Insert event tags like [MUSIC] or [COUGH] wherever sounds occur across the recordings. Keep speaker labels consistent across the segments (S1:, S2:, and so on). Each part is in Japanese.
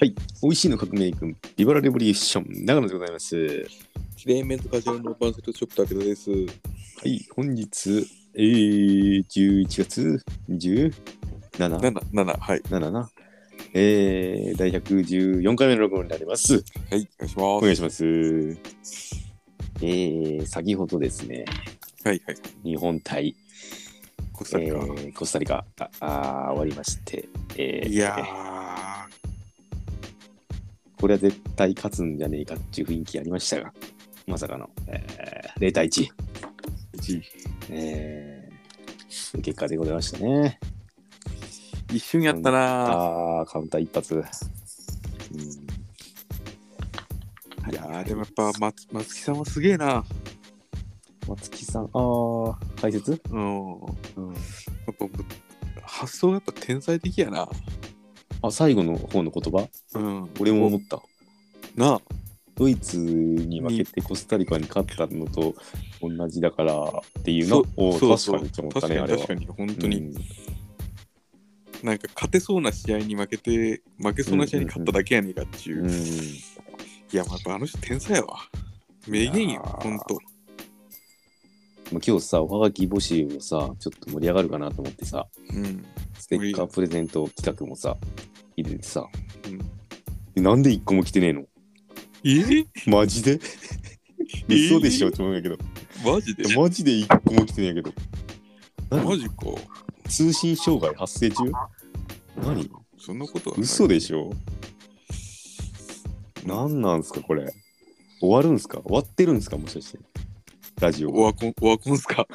S1: はい。美味しいの革命軍、ビバラレボリューション、長野でございます。は
S2: キレイメントカジュアルのパンセルショップだけどです。
S1: い。本日、えー、11月 27?
S2: 七七はい
S1: 7な。えー、第114回目の録音になります。
S2: はいお願いし
S1: お
S2: ま
S1: 願いします。えー、先ほどですね、
S2: す。はいはい
S1: 日本対、
S2: コス
S1: え
S2: タリカ。
S1: ー、コスタリカ、ああー終わりまして、えー
S2: いや
S1: これは絶対勝つんじゃねえかっていう雰囲気ありましたが、まさかの、えー、0対1。
S2: ーじ
S1: えー結果でございましたね。
S2: 一瞬やったな
S1: ああー、カウンター一発。うん
S2: ー。いやーでもやっぱ松松木さんはすげえな。
S1: 松木さん、ああ、解説、
S2: うん。
S1: うん、
S2: やっぱ発想がやっぱ天才的やな。
S1: あ、最後の方の言葉、
S2: うん。
S1: 俺も思った。
S2: なあ。
S1: ドイツに負けてコスタリカに勝ったのと同じだからっていうの
S2: そ
S1: を、おー
S2: そうそう
S1: 確かにって思った
S2: 確か
S1: ね、
S2: に
S1: あれは
S2: 確。かに本当
S1: う
S2: に
S1: ん
S2: なんか勝てそうな試合に負けて負けそうな試合に勝っただけやねんかっていう。
S1: うん
S2: いやまあやっぱあの人天才やわ。名言
S1: いや
S2: や
S1: ー
S2: 本当。
S1: まあ今日さ、おはがき募集もさ、ちょっと盛り上がるかなと思ってさ、
S2: うん。うん
S1: ステッカープレゼント企画もさ、入れてさ、
S2: え
S1: でなんで一個も来てねえの [LAUGHS]
S2: ー
S1: マジで [LAUGHS]
S2: えー
S1: 嘘でしょって思うんやけど、
S2: マジで
S1: マジで一個も来てんやけど
S2: マ
S1: 何
S2: ジか。
S1: 通信障害発生中何
S2: そんなことはない。
S1: 嘘でしょ何なんすかこれ終わるんすか終わってるんすかもしかしてラジオ
S2: オワコン、オワコンっ
S1: [LAUGHS]
S2: すかオ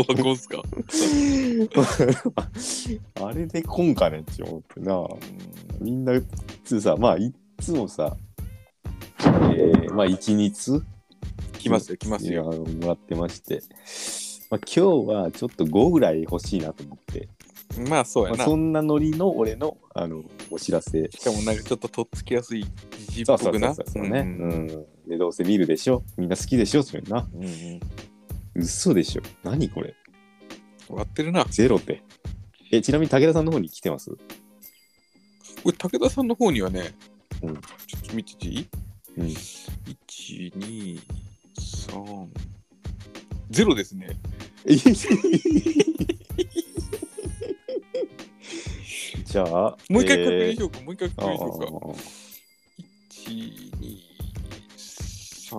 S2: ワコンっすか
S1: [LAUGHS] あれで今回ねって思ってなみんなつさまあいっつもさえー、まあ一日
S2: 来ますよ、来ます
S1: いや
S2: よ。
S1: もらってまして、まあ、今日はちょっと5ぐらい欲しいなと思って、
S2: まあそうや
S1: まあ、
S2: な。
S1: そんなノリの俺のあのお知らせ
S2: しかもなんかちょっととっつきやすいじじっ
S1: そ
S2: ぽ
S1: うそう
S2: く
S1: そ
S2: な。
S1: うそうね、
S2: ん
S1: うんでどうせ見るでしょみんな好きでしょそれな
S2: うんうん
S1: 嘘でしょ何これ
S2: 終わってるな。
S1: ゼロってえちなみに武田さんの方に来てます
S2: これ、武田さんの方にはね、
S1: うん
S2: ちょっと見てていい
S1: うん
S2: ?1、2、3、ゼロですね。
S1: [LAUGHS] じゃあ
S2: もう一回確
S1: え
S2: 認し
S1: ー
S2: ようか、もう一回確
S1: あ
S2: 認しようか。
S1: ー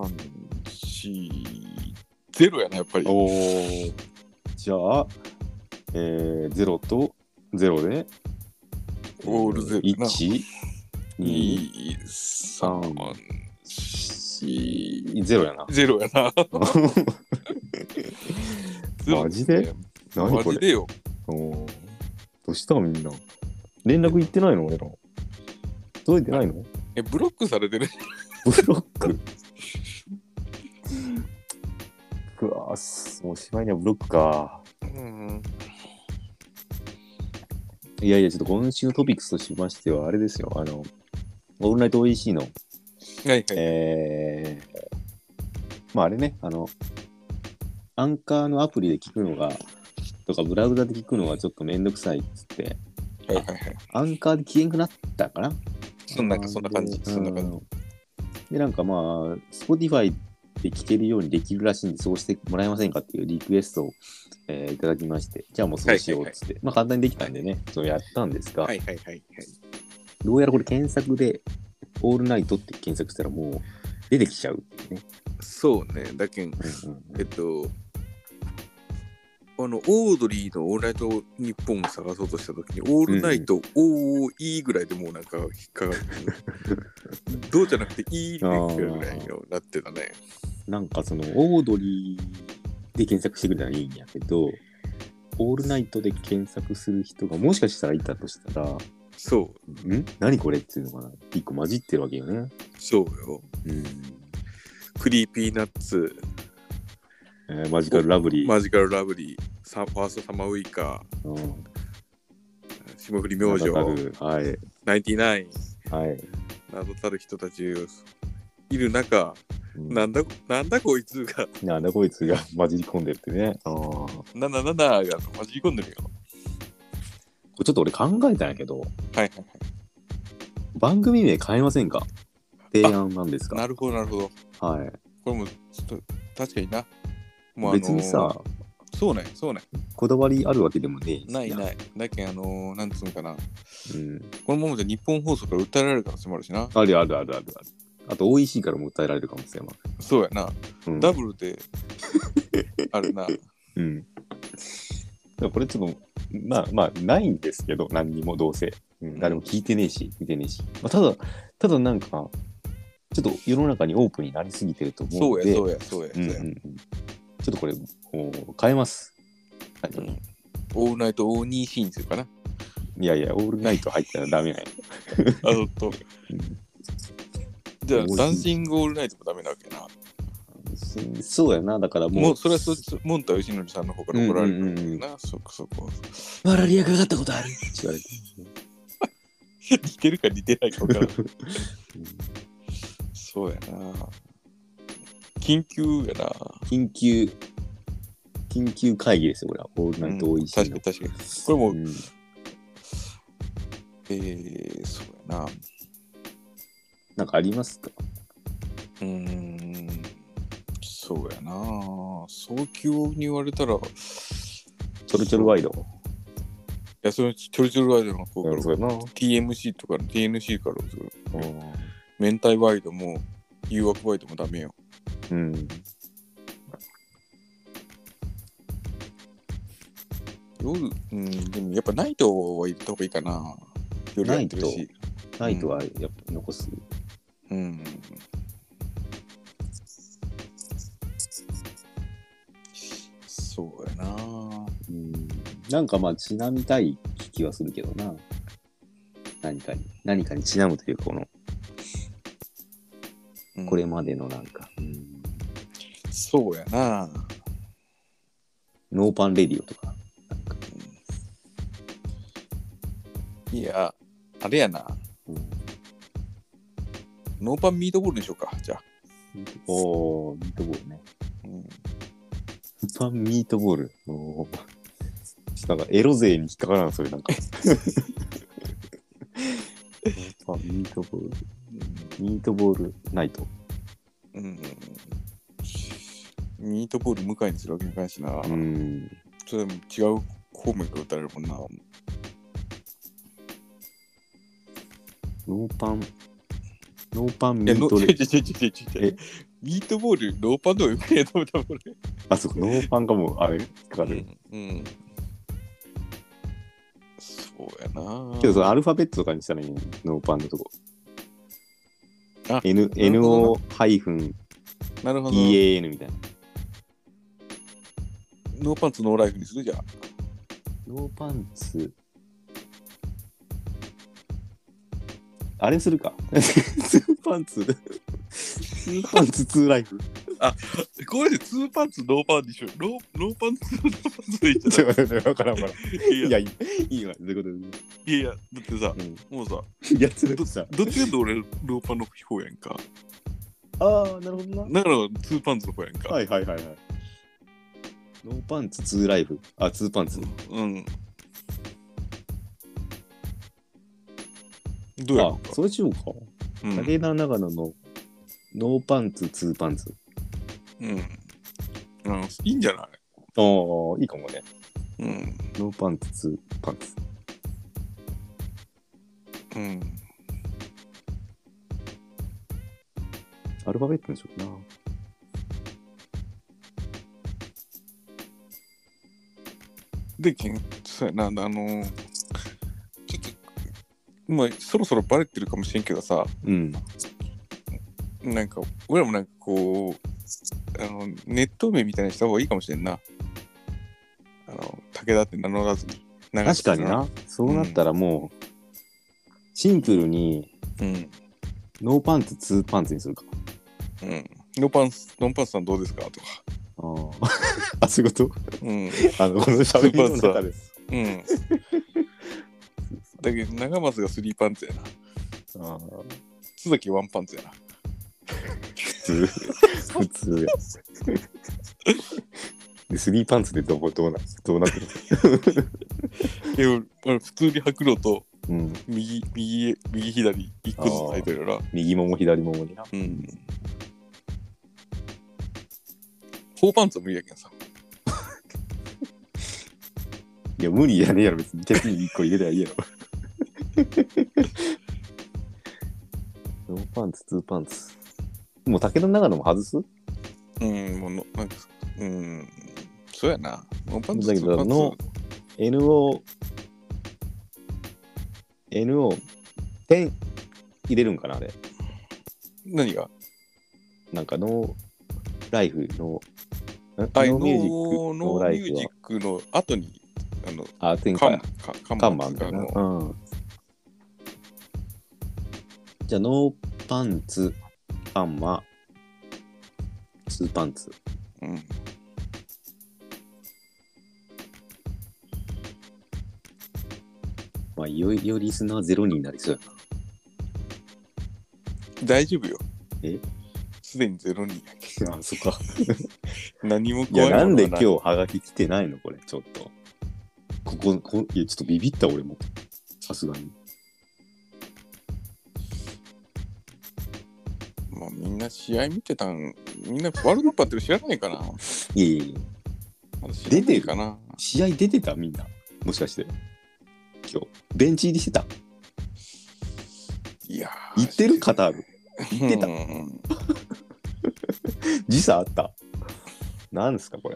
S2: 1、2、3、4、ゼロやな、やっぱり。
S1: おーじゃあ、えー、0と0で、
S2: オールゼロな
S1: 1、2、
S2: 2、3、4、
S1: 0やな
S2: [LAUGHS] 。ゼロやな。ゼロ
S1: マジで何
S2: マ
S1: こ
S2: ジ
S1: れ
S2: でよ。
S1: おーどうしたみんな。連絡行ってないの俺ら。届いてないの
S2: え、ブロックされてる。
S1: ブロック。 [LAUGHS] うわーもうしまいにはブロックか。
S2: うん。
S1: いやいや、ちょっと今週のトピックスとしましては、あれですよ、あの、オールナイト OEC の
S2: はいはい。
S1: えー、まああれね、あの、アンカーのアプリで聞くのが、とかブラウザで聞くのがちょっとめんどくさいっつって、
S2: はいはいはい。
S1: アンカーで聞けんくなったかな
S2: そんなそんな感じ。そんな感じ。
S1: じ。で、なんかまあ、Spotify で聞けるようにできるらしいんで、そうしてもらえませんかっていうリクエストを、えーいただきまして、じゃあもうそうしようっつって、まあ簡単にできたんでね、そうやったんですが、
S2: はいはいはいはい。
S1: どうやらこれ検索で、オールナイトって検索したらもう出てきちゃうっていうね。
S2: そうね。だけん、
S1: うんうん
S2: えっと、あの、オードリーのオールナイト日本を探そうとしたときに、オールナイト OE ぐらいでもうなんか引っかかる。
S1: [LAUGHS]
S2: どうじゃなくて E で引っかかるぐらいになってたね。
S1: なんかそのオードリーで検索してくれたらいいんやけど、オールナイトで検索する人がもしかしたらいたとしたら、ん
S2: そう。
S1: 何これっていうのかな一個混じってるわけよね。
S2: そうよ。
S1: うん。
S2: クリーピーナッツ、
S1: えーマジカルラブリー。
S2: マジカルラブリー、サファーストサマーウイカ、
S1: うん。
S2: 霜降り明星、
S1: 名だたるはい。
S2: ナインティナイン
S1: はい。
S2: などたる人たちいる中、
S1: うん
S2: なんだなんだこいつが、
S1: なんだこいつが [LAUGHS] 混じり込んでるってね。ああ。
S2: ななななが混じり込んでるよ。
S1: ちょっと俺考えたんやけど、
S2: はいはいはい。
S1: 番組名変えませんか提案なんです
S2: な
S1: か
S2: るほど、なるほど。
S1: はい。
S2: これも、ちょっと、確かにな。もうあの
S1: 別にさ、
S2: そうね、そうね。
S1: こだわりあるわけでもねえし
S2: ないない。だけんあのー、なんつうのかな。
S1: うん。
S2: このままじゃ日本放送から訴えられる可能性もあるしな。
S1: あるあるあるあるある。あと OEC からも訴えられるかもしれま
S2: そうやな。
S1: せん。うん
S2: ダブルで、
S1: [LAUGHS]
S2: あるな。
S1: うん。これちょっと、まあまあ、ないんですけど、何にもどうせ。うん、誰も聞いてねえし、見てねえし。まあ、ただ、ただなんか、ちょっと世の中にオープンになりすぎてると思う
S2: そ
S1: ん
S2: う
S1: で、
S2: や、そうや、そうや。そう
S1: うんうん
S2: や
S1: うん、ちょっとこれ、お変えます。はい
S2: うんオールナイトオーニーシーンズかな。
S1: いやいや、オールナイト入ったらダメない。
S2: あの [LAUGHS] と
S1: うん
S2: じゃあ
S1: オールナイト
S2: ダンシングオールナイトもダメなわけやな。
S1: そうやな、だからもう。
S2: もうそれはそモンタヨシノリさんの方から怒られるんだけどな、そこそこ。 [LAUGHS]
S1: マラリアかかったことあるって言われて。
S2: 似てるか似てないか分 [LAUGHS] からん。そうやな。緊急やな。
S1: 緊急、緊急会議ですよ、これは。オールナイト
S2: う
S1: OEC
S2: ん確かに
S1: の。
S2: 確かに。これもう、
S1: うん
S2: えー、そうやな。う
S1: なんかありますか
S2: ーん、そうやな。早急に言われたら、い
S1: ちょろちょろワイド。
S2: や、そのちょろちょろワイドの方から、
S1: うやな。
S2: TMC とかの TNC から、
S1: うん
S2: 明太ワイドも、誘惑ワイドもダメよ。
S1: うん。
S2: 夜、うん、でもやっぱナイトは言った方がいいかな。夜やってる
S1: ナイ
S2: し。
S1: ナイトはやっぱ残す。
S2: うん。そうやな。
S1: うん。なんかまあ、ちなみたい気はするけどな。何かに、何かにちなむというか、この、
S2: うん
S1: これまでのなんか、うん
S2: そうやな。
S1: ノーパンレディオとか。なんか
S2: いや、あれやな。
S1: うん
S2: ノーパンミートボールにしようか。じゃあ。
S1: おー、ミートボールね。
S2: うん、
S1: スパンミートボール。おーちょっとなんかエロ勢に引っかからん、それなん [LAUGHS] か。スパンミートボール。ミートボールナイト。
S2: うん。ミートボール向かいにするわけにいかないしな。
S1: ん。
S2: それでも違う方面から打たれるもんな。
S1: ノーパン、ノーパンミ
S2: いや、
S1: ー
S2: の、 [LAUGHS]
S1: ト
S2: ちょ
S1: レ
S2: いちょいちょいちょいちょい
S1: え
S2: ミートボール、ノーパンでもよくねえと思った、俺。
S1: あ、そうか、ノーパンがもう、あれ、引っかかる。
S2: うん。うん、そうやな。
S1: けど、そのアルファベットとかにしたらいいね、ノーパンのとこ
S2: あ。
S1: N、
S2: なるほ
S1: NO-EAN
S2: なるほど。
S1: みたいな。
S2: ノーパンツノーライフにす
S1: [LAUGHS]
S2: るじゃん。
S1: ノーパンツ。あれするかツー [LAUGHS] パンツ。ツーパンツツーライフ。
S2: これでツーパンツノーパンでしょ。ノーノーパンツノーパンツでいいじ
S1: ちょっと待って、わからんわか
S2: ゃん。
S1: らん。
S2: い
S1: い
S2: や
S1: や、いいいいわ、そういうことで
S2: いやいや、だってさ、
S1: ね。
S2: もうさ、
S1: うん、いやつるとさ。
S2: どっちかって俺、ノーパンの方やんか。
S1: ああ、なるほどな。
S2: だから、ツーパンツの方やんか。
S1: はいはいはいはい。ノーパンツツーライフ。あ、ツーパンツ。
S2: うん。どうやろう
S1: あ、
S2: か。
S1: そうしようか。
S2: うん
S1: 武田長野のノーパンツツーパンツ。
S2: うん。うんいいんじゃない
S1: ああ、いいかもね。
S2: うん。
S1: ノーパンツツーパンツ。
S2: うん。
S1: アルファベットにしようかな。
S2: で、けんそうやな、あのーちょっと、まあ、そろそろバレてるかもしれんけどさ、
S1: うん。
S2: なんか、俺らもなんかこう、あの、ネット名みたいにした方がいいかもしれんな。あの、武田って名乗らずに。長
S1: 確
S2: 崎
S1: かに。な。そうなったらもう、シンプルに、
S2: うん。
S1: ノーパンツ、ツーパンツにするか。
S2: うん。ノンパンス、ノンパンスさんどうですかとか。
S1: あー [LAUGHS] あ、そういうこ
S2: うん。
S1: とあの、この喋りの中で。 [LAUGHS]
S2: うん。だけど、長松がスリーパンツやな。
S1: あー
S2: 須崎ワンパンツやな。
S1: 普通。普通や。で、スリーパンツでどうどうなどうなってる
S2: いや俺俺普通に履くのと
S1: うん、
S2: 右、右へ、右左、一個ずつ入ってるよな。
S1: 右もも左ももにな。
S2: うん。フォーパンツは無理やけんさ。
S1: いや、無理やねえやろ、別に。手に1個入れたらいいやろ。ノーパンツ、ツーパンツ。もう竹の長野も外す
S2: うん、もうの、なんか、うん。そうやな。フォーパンツ
S1: だけど
S2: ツーパンツ
S1: の ?NO、NO、点入れるんかな、あれ。
S2: 何が
S1: なんか、ノーライフ、ノー、ん
S2: あ
S1: ノ
S2: の
S1: ーミュージック、ノ
S2: ノ
S1: ーラ
S2: ー
S1: イ
S2: ミュ
S1: フ
S2: ージックの後に、あの、
S1: は。あ、点か
S2: 看
S1: や
S2: 板。か
S1: 看
S2: 看
S1: 板
S2: 板
S1: だ
S2: が
S1: な。
S2: の、
S1: うん。じゃあ、ノーパンツ、パンマ、ツーパンツ。
S2: うん。
S1: まあ、いよいよリスナーゼロになりそうやな。
S2: 大丈夫よ。
S1: え
S2: すでにゼロ人やけ
S1: [LAUGHS] あ、そっか。
S2: ん。何も
S1: いや、
S2: 怖い
S1: なんで
S2: もの
S1: 今
S2: は
S1: 日ハガキ来てないのこれ、ちょっと。ここ、こいや、ちょっとビビった、俺も。さすがに。
S2: まあ、みんな試合見てたん、みんなワールドカップやってる知らないかな。
S1: いやいやいや、
S2: まだ知らない
S1: 出てる
S2: かな。
S1: 試合出てたみんな。もしかして。今日。ベンチ入りしてた。
S2: いやー、
S1: 行ってるカタール。
S2: 行
S1: ってた
S2: うん
S1: 時差あった。なんですか、これ。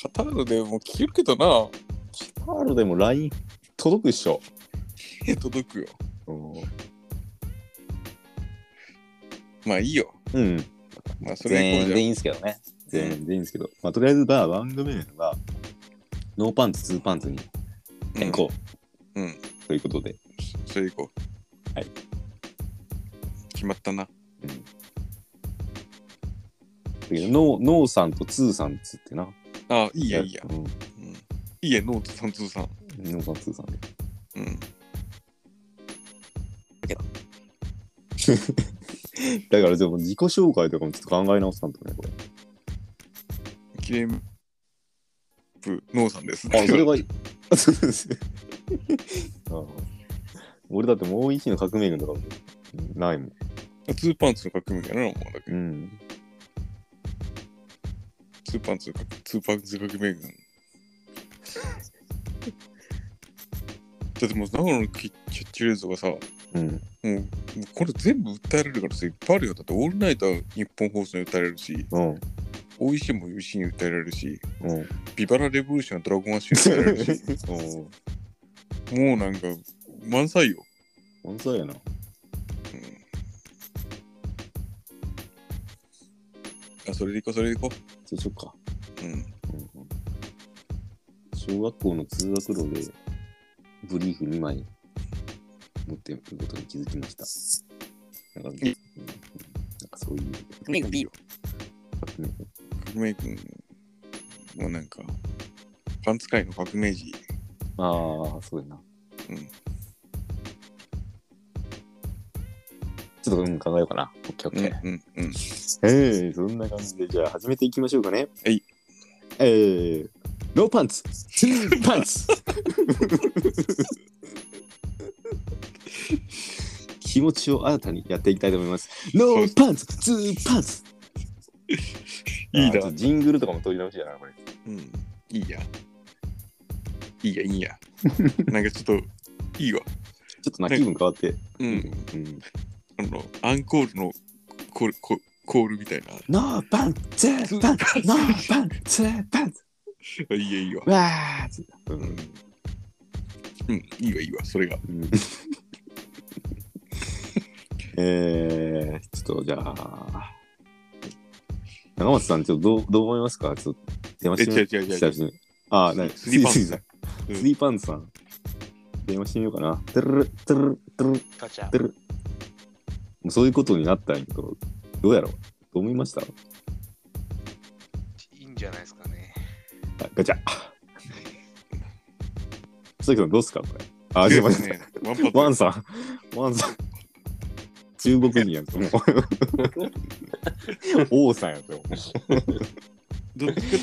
S2: カタールでも聞けるけどな。
S1: カタールでも LINE 届くっしょ。
S2: 届くよ。
S1: うん。
S2: まあいいよ。
S1: うん
S2: まあそれは行
S1: 全
S2: こう
S1: 然
S2: じ
S1: いいんですけどね。全然いいんですけど。まあ、とりあえず、まあ、番組名が、ノーパンツ、ツーパンツに
S2: ゃん。
S1: 変更。
S2: うんうん
S1: ということで。
S2: それ行こう。
S1: はい。
S2: 決まったな。
S1: うん。だけど、ノー、ノーさんとツーさんっつってな。
S2: あいいやいいや。
S1: うん。
S2: うん、いいや、ノートさんとさん。
S1: ノーさん、ツーさんで。
S2: うん。
S1: だから、でも自己紹介とかもちょっと考え直したんだね、これ。
S2: ゲームプノーさんです。
S1: あ、それはいい。あそうです。ああ俺だってもう一の革命軍とかもないもん。
S2: [LAUGHS] ツーパンツの革命やな、もうだけ
S1: う。ん。
S2: ツーパンツの革ツーパンツ革
S1: [LAUGHS]
S2: 命軍。だってもう長野のキキャッチフレーズとかさ、も
S1: うん。
S2: うもうこれ全部訴えられるからさ、いっぱいあるよ。だってオールナイトは日本放送に訴えられるし、
S1: うん。
S2: OEC も UC に訴えられるし、
S1: うん。
S2: ビバラレボリューションはドラゴンアッシュに訴えられるし、 [LAUGHS] もうなんか満載よ。
S1: 本当やな。
S2: あ、それでいこう、それでいこ
S1: そうしよっか。
S2: う。うん。
S1: 小学校の通学路でブリーフ2枚持っていることに気づきました。なんか、うんなんかそういう。
S2: 革命軍いいよ。
S1: ね
S2: 革命軍もうなんか、パンツ界の革命児。
S1: ああ、そうやな。
S2: うん
S1: ちょっと、うん、考えようかな。オッケーオッ
S2: うん
S1: ケー。
S2: うんうん。
S1: ええそんな感じで、じゃあ始めていきましょうかね。
S2: はい。
S1: えー、ノーパンツ、ツーパン [LAUGHS] ツ。気持ちを新たにやっていきたいと思います。ノーパンツ、ツーパンツ。
S2: [LAUGHS] いい
S1: あちょっ
S2: な
S1: と。ジングルとかも取り直しやな、これ。
S2: うん。いいや。いいや、いい [LAUGHS] や。なんかちょっと、いいわ。
S1: ちょっとな、気分変わって。
S2: う。
S1: うんうん。
S2: あの、アンコールのコール、ココールみたいな。
S1: ノーパンツ、ツーパンツ。ノーパンツ、ツーパンツ。
S2: いいや、いいわ。
S1: わーう
S2: うん
S1: ん。。
S2: うん、いいわ、いいわ、それが。
S1: うん [LAUGHS] えー、ちょっとじゃあ、長松さん、ちょっとどうどう思いますかちょっと電話
S2: え、
S1: してみ
S2: 違う違う違う違
S1: 久し
S2: う。
S1: ぶりにあー、なに
S2: スリーパンツさん
S1: スリーパンツさん。電話してみようかな。トゥルルトゥルルトゥルル
S3: ガチャ
S1: トゥルルもうそういうことになったんやけど、どうやろうどう思いました
S3: いいんじゃないですかね。
S1: あガチャ。 [LAUGHS] 佐々木さん、どうっすかこれ。あ、すいません。
S2: ね。ワンパ
S1: ワ
S2: ン
S1: ンさん、ワンさん。中国人やんか、
S3: [LAUGHS]
S1: もう。王さんやんか、も
S2: どっちか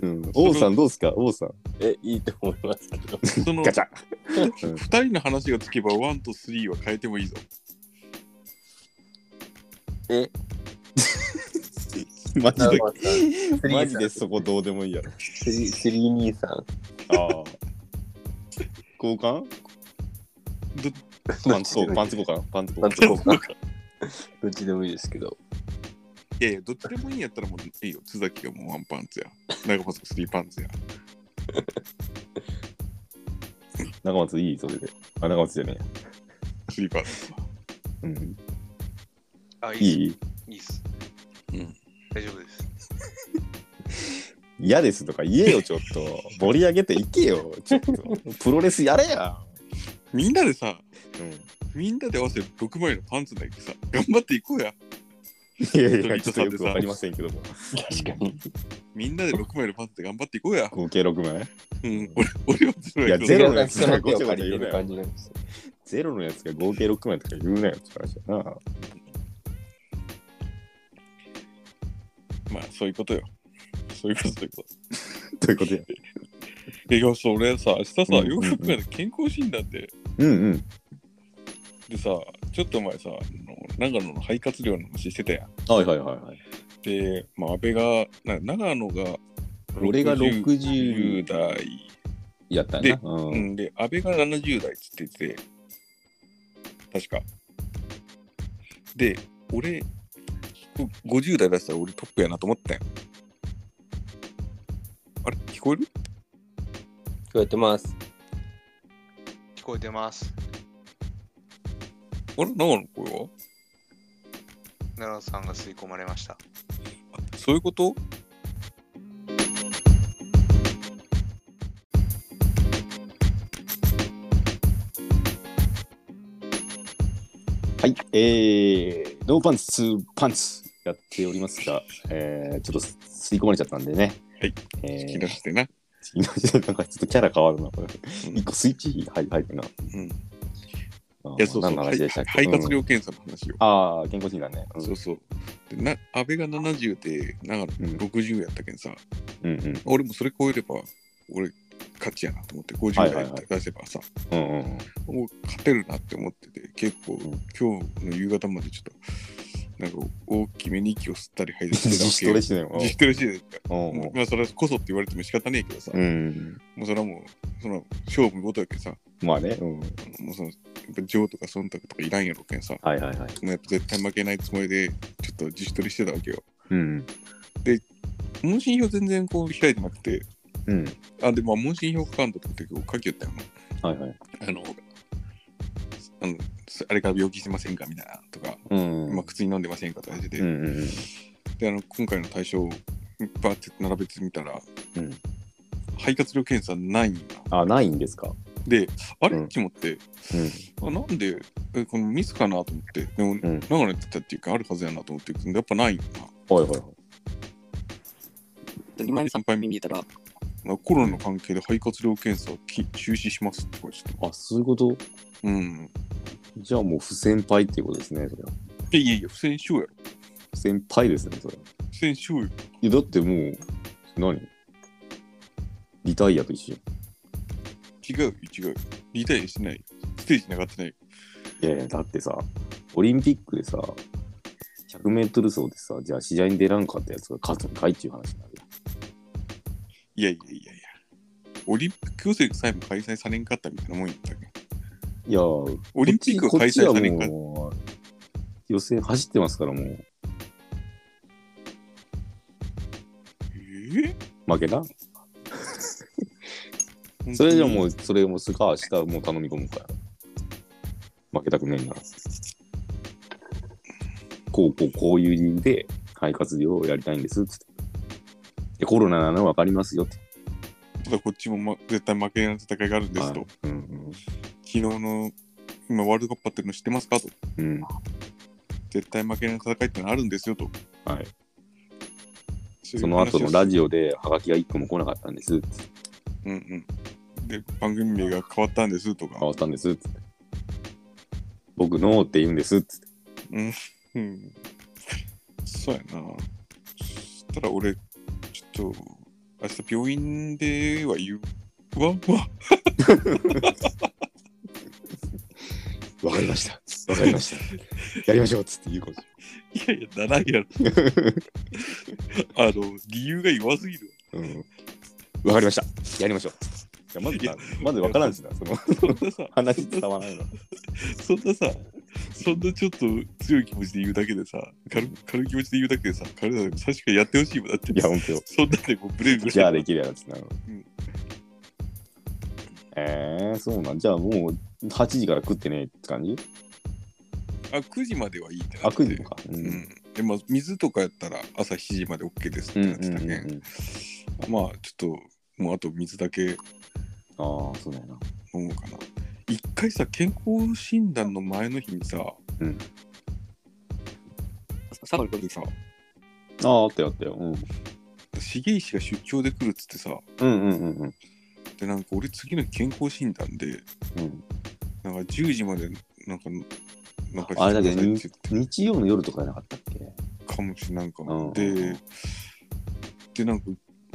S1: う。うん、王さんどうっすか王さん。 [LAUGHS]
S4: え、いいと思いますけど。
S2: その
S1: ガチャうん
S2: 2人の話がつけば1と3は変えてもいいぞ。
S1: マジ
S3: な
S1: で
S3: るほど。
S1: マジでそこどうでもいいやろ。
S3: 323。
S1: ああ。交換
S2: ど
S1: パンツ交換パンツ交換パンツ
S3: パン
S1: 交
S3: ツ交
S1: 換
S3: 換。どっちでもいいですけど。
S2: いやいや、どっちでもいいんやったらもういいよ。津崎はもうワンパンツや。長松がスリーパンツや。
S1: 中松いいそれで。あ、中松じゃね
S2: スリーパンツ。
S1: え。うん。
S4: あ、い
S1: い
S4: い
S1: い
S4: いいっす。
S2: うん。
S4: 大丈夫です。
S1: 嫌ですとか言えよ、ちょっと。盛り上げていけよ、ちょっと。プロレスやれや。
S2: みんなでさ、
S1: うん。
S2: みんなで合わせて6枚のパンツだけさ、頑張っていこうや。
S1: いやいや、ちょっとよくわかりませんけども。
S3: 確かに。
S2: みんなで6枚のパンツで頑張っていこうや。
S1: 合計6枚
S2: うん。俺、俺はゼロ
S1: いやゼロのやつ
S3: 人の手を借りてる感じなんです。
S1: ゼロのやつが合計6枚とか言うなよって話だな。
S2: まあ、そういうことよ。そういうこと、そういうこと。
S1: ということや。
S2: え、よし、俺さ、明日さ、
S1: うんうんうん
S2: 洋服会で健康診断で、
S1: うんうん。
S2: でさ、ちょっと前さ、あの長野の肺活量の話してたやん。
S1: はいはいはいはい。
S2: で、まあ、安倍が、な長野が、
S1: 俺が
S2: 60
S1: 60
S2: 代。
S1: やった
S2: で
S1: な。うん
S2: う。ん、で、安倍が70代っつってて、確か。で、俺、こ50代出したら俺トップやなと思ったよ。あれ、聞こえる
S3: 聞こえてます。
S4: 聞こえてます。
S2: あれ、長野の声は
S4: 奈良さんが吸い込まれました。
S2: あそういうこと
S1: はい、えー、ノーパンツ、ツーパンツやっておりますが、えー、ちょっと吸い込まれちゃったんでね。
S2: はい。
S1: え
S2: 聞き
S1: ー
S2: 出、してな。
S1: [LAUGHS] なんかちょっとキャラ変わるな、これ。
S2: うん
S1: 一個スイッチ入入るな。
S2: うん。い
S1: あー
S2: や、そうそう。
S1: 何の
S2: は
S1: 話
S2: い
S1: でしたっけ
S2: 肺活
S1: うん
S2: 量検査の話よ。
S1: ああ、健康診断ね。うん
S2: そうそう。で、な、安倍が70で、長野
S1: うん
S2: 60やったけんさ、
S1: うんうん
S2: 俺もそれ超えれば、俺、勝ちやなと思って、
S1: はい
S2: 50
S1: はい
S2: 代
S1: はい
S2: 出せばさ、
S1: うんうん
S2: もう勝てるなって思ってて、結構、
S1: ん
S2: 今日の夕方までちょっと、なんか大きめに息を吸ったり吐いたり
S1: 自
S2: し
S1: 主
S2: てた
S1: トレ
S2: わ
S1: してね。
S2: けよ。自主トレしてた
S1: うんうん
S2: もうまあ、それこそって言われても仕方ねえけどさ、
S1: うん。
S2: もうそれはもう、その勝負のことやけんさ、
S1: まあね。うん。
S2: あのもうその、やっぱ情とか忖度とかいらんやろけんさ、も
S1: はいはいはい。
S2: うやっぱ絶対負けないつもりで、ちょっと自主トレしてたわけよ。
S1: うん。
S2: 問診票全然こう開いてなくて、
S1: うん。
S2: あ、で、まあ問診票かかんだと思って今日書きよったよな。
S1: はいはい。
S2: あの、あのあれから病気してませんかみたいなとか、
S1: うん。
S2: まあ、薬飲んでませんかとか言ってて、
S1: うんうん
S2: であの今回の対象をバーって並べてみたら
S1: うん。うん。
S2: 肺活量検査ないんだ
S1: あ、ないんですか。
S2: であれ
S1: うん
S2: って思って、
S1: うん。
S2: あなんでえこのミスかなと思ってでも
S1: ん
S2: 長野ってたっていうかあるはずやなと思ってやっぱないんだ
S1: はいはいはい。
S5: 2枚目3杯目見えたら、
S2: なコロナの関係で肺活量検査をき中止しますってこれちょっと
S1: あ、そういうこと。
S2: うん
S1: じゃあもう不先輩っていうことですね、それは。
S2: いやいやいや不戦勝やろ
S1: 不先輩ですね、それは。
S2: 不戦勝よ
S1: いや、だってもう、何リタイアと一緒
S2: 違うよ違うよリタイアしてないよステージ上がってないよ
S1: じゃん。いやいや、だってさ、オリンピックでさ、100メートル走でさ、じゃあ試合に出らんかったやつが勝つんかいっていう話になるやん
S2: いやいやいやいやオリンピック予選さえも開催されんかったみたいなもんやったけど
S1: いやー、
S2: オリンピックが開催されんか
S1: こっちは
S2: った
S1: もう予選走ってますからもう、
S2: えー
S1: 負けたそれじゃもう、それもすか、明日もう頼み込むから。負けたくねえなら。こう、こう、こういう理由で、肺活量をやりたいんですっつって。でコロナなの分かりますよって。
S2: ただこっちも、ま、絶対負けない戦いがあるんですと、
S1: はいうん
S2: 昨日の今ワールドカップっての知ってますかと
S1: うん。うん。
S2: 絶対負けない戦いってのあるんですよと
S1: はい。
S2: そういう
S1: その後のラ
S2: 話を
S1: ジオで、ハガキが一個も来なかったんですっつって。
S2: うんうんで番組名が変わったんですと
S1: 変
S2: か
S1: わったんですっつって。僕のって言うんですっつって。
S2: うんそうやなそしたら俺ちょっと明日病院では言うわうわ
S1: りました。わかりました。 [LAUGHS] やりましょうっつって言うかもし
S2: [LAUGHS] いやいや、ならん
S1: [LAUGHS]
S2: やろ。あの、理由が弱すぎる。
S1: れない。うん。わかりました。やりましょうっつって。いやまず
S2: いや
S1: な、まずわからんしな、その
S2: そんなさ、
S1: 話伝わらないの。
S2: そんなさ、そんなちょっと強い気持ちで言うだけでさ、軽軽い気持ちで言うだけでさ、軽い確かにやってほしいもんだって。
S1: いや、ほんとよ。
S2: そんなんでもうブレる
S1: じゃあできるやろっつってな。
S2: うん
S1: えー、そうなん。じゃあもう8時から食ってねえって感じ
S2: あ、9時まではいいってな
S1: あ、
S2: ってて
S1: 9時とか。う。
S2: うんん。で、まあ、水とかやったら朝7時まで OK ですって
S1: うん
S2: なっ
S1: うん
S2: てたけん。
S1: うんうん。
S2: まあ、ちょっと、もうあと水だけ
S1: ああ、そうだよな。
S2: 飲むかな。一回さ、健康診断の前の日にさ、
S1: うん
S2: サバルでさ、
S1: ああ、あったよあったよ。うん。
S2: 重石が出張で来るっつってさ、
S1: うんうんうんうん。
S2: で、なんか俺次の日健康診断で、
S1: うん、
S2: なんか10時まで、なんか、なんか
S1: あれだけど
S2: してくさいって
S1: 日曜の夜とかじゃなかったっけ
S2: 言ってかもしれないか
S1: う
S2: な。
S1: ん
S2: で、で、なんか、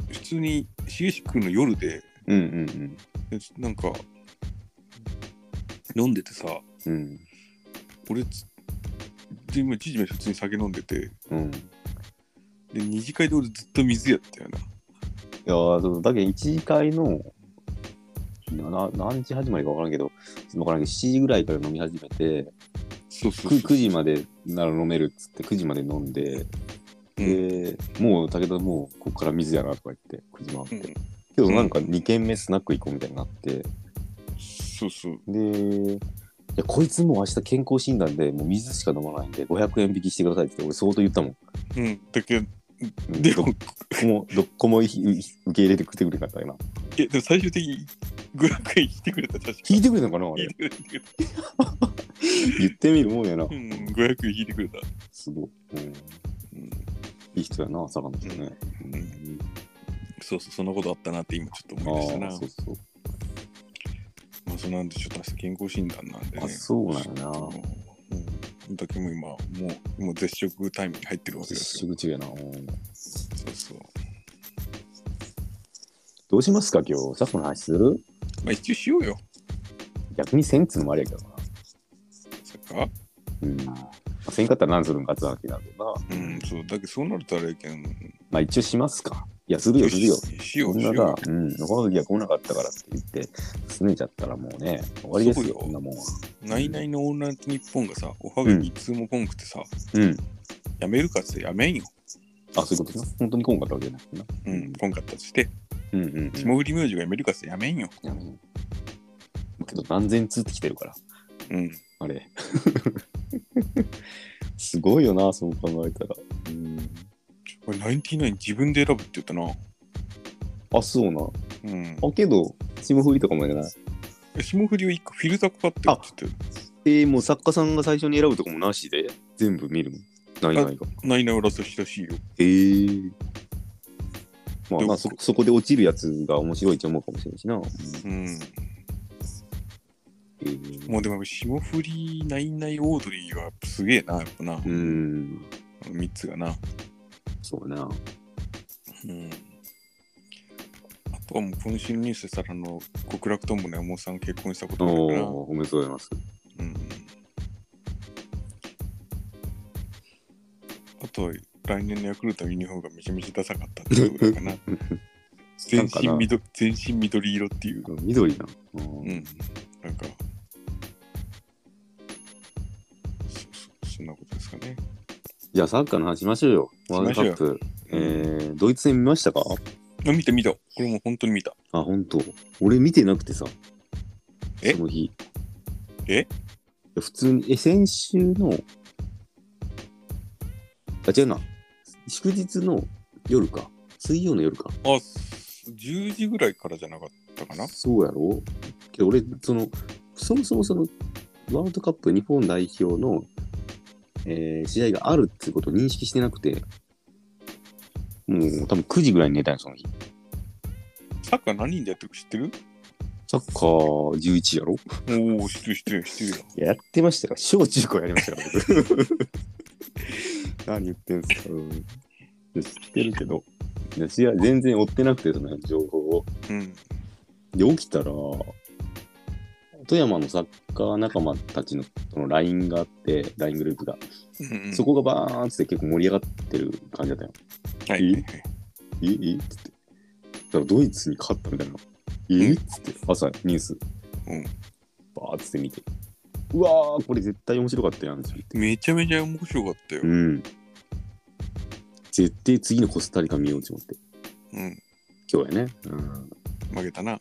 S2: 普通に重石来るの夜で、
S1: うんうん
S2: でなんか、飲んでてさ、
S1: うん。うん。
S2: 俺つで今1時まで普通に酒飲んでて
S1: うん。
S2: で二次会で俺ずっと水やったよない
S1: やーそうだけど一時会のなな何時始まりか分からんけど分からんけど7時ぐらいから飲み始めて
S2: そうそう
S1: 9, 時までなら飲めるっつって9時まで飲んで、でもう武田もうこっから水やなとか言って9時回って、
S2: う
S1: け
S2: ん
S1: どなんか2軒目スナック行こうみたいになって
S2: そうそう
S1: でいやこいつもう明日健康診断でもう水しか飲まないんで500円引きしてくださいって俺相当言ったもん
S2: うんだけど
S1: うん
S2: で
S1: ど
S2: も
S1: っこもどっこもい受け入れてくれてくれなかった今
S2: えでも最終的に500円引いてくれた確か
S1: 引いてくれたのかなあ
S2: 引
S1: れ
S2: いてくれたけど
S1: 言ってみるもんやな
S2: うん500円引いてくれた
S1: すごい、うん、
S2: うん、
S1: いい人やな、坂野さんね。
S2: うん、そうそうそんなことあったなって今ちょっと
S1: あ
S2: 思い出したな
S1: あ、そうそう。
S2: まあそうなんでちょっと明日健康診断なんでね
S1: あ、そうなんやな。
S2: うんだけどもう今もうもう絶食タイムに入ってるわけです
S1: 接
S2: よ
S1: 触中やな。うん
S2: そうそう
S1: どうしますか、今日。坂野の話する
S2: まあ一応しようよ
S1: 逆にせんっつうのもありやけどな。
S2: そっか
S1: うん。まあ、せんかったら何するんかって話なんだけどな。
S2: うん、そう、だけどそうなるとあれやけん。
S1: まあ、一応しますか。いや、するよ、するよ。
S2: しよ
S1: こ
S2: うんし
S1: な
S2: よう。
S1: が、うん、この時は来なかったからって言って、すねちゃったらもうね、終わりです
S2: そう
S1: よ、
S2: よ
S1: こんなもんは。
S2: ナイナイのオールナイトニッポンがさ、おはがき一通もポンくてさ、
S1: うん。
S2: やめるかっつってやめんよ。
S1: あ、そういうことな。本当に来んかったわけじゃないな。
S2: うん、ポンかったとして、
S1: うんうんうん。
S2: 霜降り明星がやめるかっつってやめんよ。
S1: やめようけど、何千通ってきてるから。
S2: うん。
S1: あれ。 [LAUGHS] すごいよな、そう考えたら。うん、
S2: これナインティナイン自分で選ぶって言ったな。
S1: あ、そうな。
S2: うん。
S1: あ、けど、霜降りとかもやらない。
S2: え霜降りを一個フィルターかかってるって言って、
S1: えー、もう作家さんが最初に選ぶとかもなしで、全部見るの。ないないが。
S2: ナイナイをラストしたらしいよ。
S1: へえー。まあ、
S2: で
S1: まあ、そそこで落ちるやつが面白いと思うかもしれんしな。
S2: うん。
S1: えー
S2: もうでも、霜降り、ナイナイ、オードリーはすげえな、やっぱな。
S1: うーん、
S2: 3つがな。
S1: そうな。
S2: うんあとはもう今週のニュースでしたらあの極楽とんぼの山本さんが結婚したことだから、
S1: おお、おめでとうございます。
S2: うん、あとは来年のヤクルトのユニフォームがめちゃめちゃダサかったってことだか [LAUGHS] な全身
S1: なん
S2: 緑全身緑色っていう、
S1: 緑な。うん
S2: うん、なんかそそそんなことですかね
S1: じゃあ、サッカーの話しましょうよ。ワールドカップ。えー、ドイツ戦見ましたか
S2: あ見た見たこれもう本当に見た
S1: あ、本当。俺見てなくてさ。
S2: え
S1: その日。
S2: え
S1: 普通に、え、先週の、あ、違うな。祝日の夜か。水曜の夜か。
S2: あ10時ぐらいからじゃなかったかな
S1: そうやろけど俺、その、そもそもその、ワールドカップ日本代表の、えー試合があるってことを認識してなくて、もう多分9時ぐらいに寝たんよ、その日。
S2: サッカー何人でやってるか知ってる
S1: サッカー11やろ
S2: おお、知ってる知ってる知ってるよ。
S1: いややってましたから、小中高やりましたから、僕 [LAUGHS] 何言ってんすか。うん知ってるけど、いや試合全然追ってなくて、その情報を。
S2: うん。
S1: で、起きたら、富山のサッカー仲間たちのその LINE があって、LINE グループが、
S2: うんうん
S1: そこがバーンって結構盛り上がってる感じだったよ。
S2: はい
S1: いいええっつって。だからドイツに勝ったみたいな。えっつって、朝ニュース。
S2: うん
S1: バーッつって見て。うわー、これ絶対面白かったやんって言って。
S2: めちゃめちゃ面白かったよ
S1: う。ん。絶対次のコスタリカ見ようと思って。
S2: うん。
S1: 今日やね。うん。
S2: 負けたな。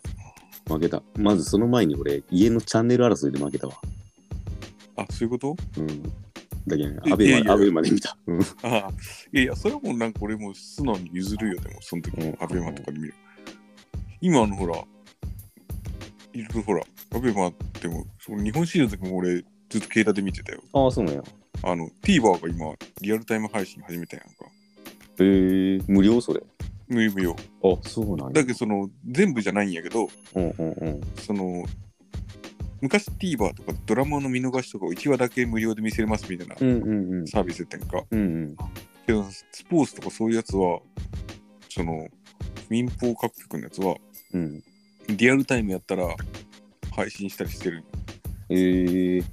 S1: 負けた。まずその前に俺、家のチャンネル争いで負けたわ。
S2: あ、そういうこと
S1: うん。だけどね、
S2: え
S1: アベ
S2: いやいや
S1: マアベマで見た。うん。
S2: あいやいや、それはもうなんか俺も素直に譲るよ、でも、その時
S1: うん
S2: アベマとかで見る。今あのほら、いるほら、アベマでも、その日本シリーズの時も俺、ずっと携帯で見てたよ。
S1: ああ、そうなんや。
S2: あの、TVer が今、リアルタイム配信始めたやんか。
S1: えー、無料それ。
S2: 無料無料。
S1: あ、そうなんや
S2: だけ。ど、その、全部じゃないんやけど、
S1: うんうんうん。
S2: その、昔 TVer とかドラマの見逃しとかを1話だけ無料で見せれますみたいな
S1: うんうんうん。
S2: サービスやったやんか。
S1: うんうん。
S2: けど、スポーツとかそういうやつは、その、民放各局のやつは、
S1: うん。
S2: リアルタイムやったら配信したりしてる
S1: えー、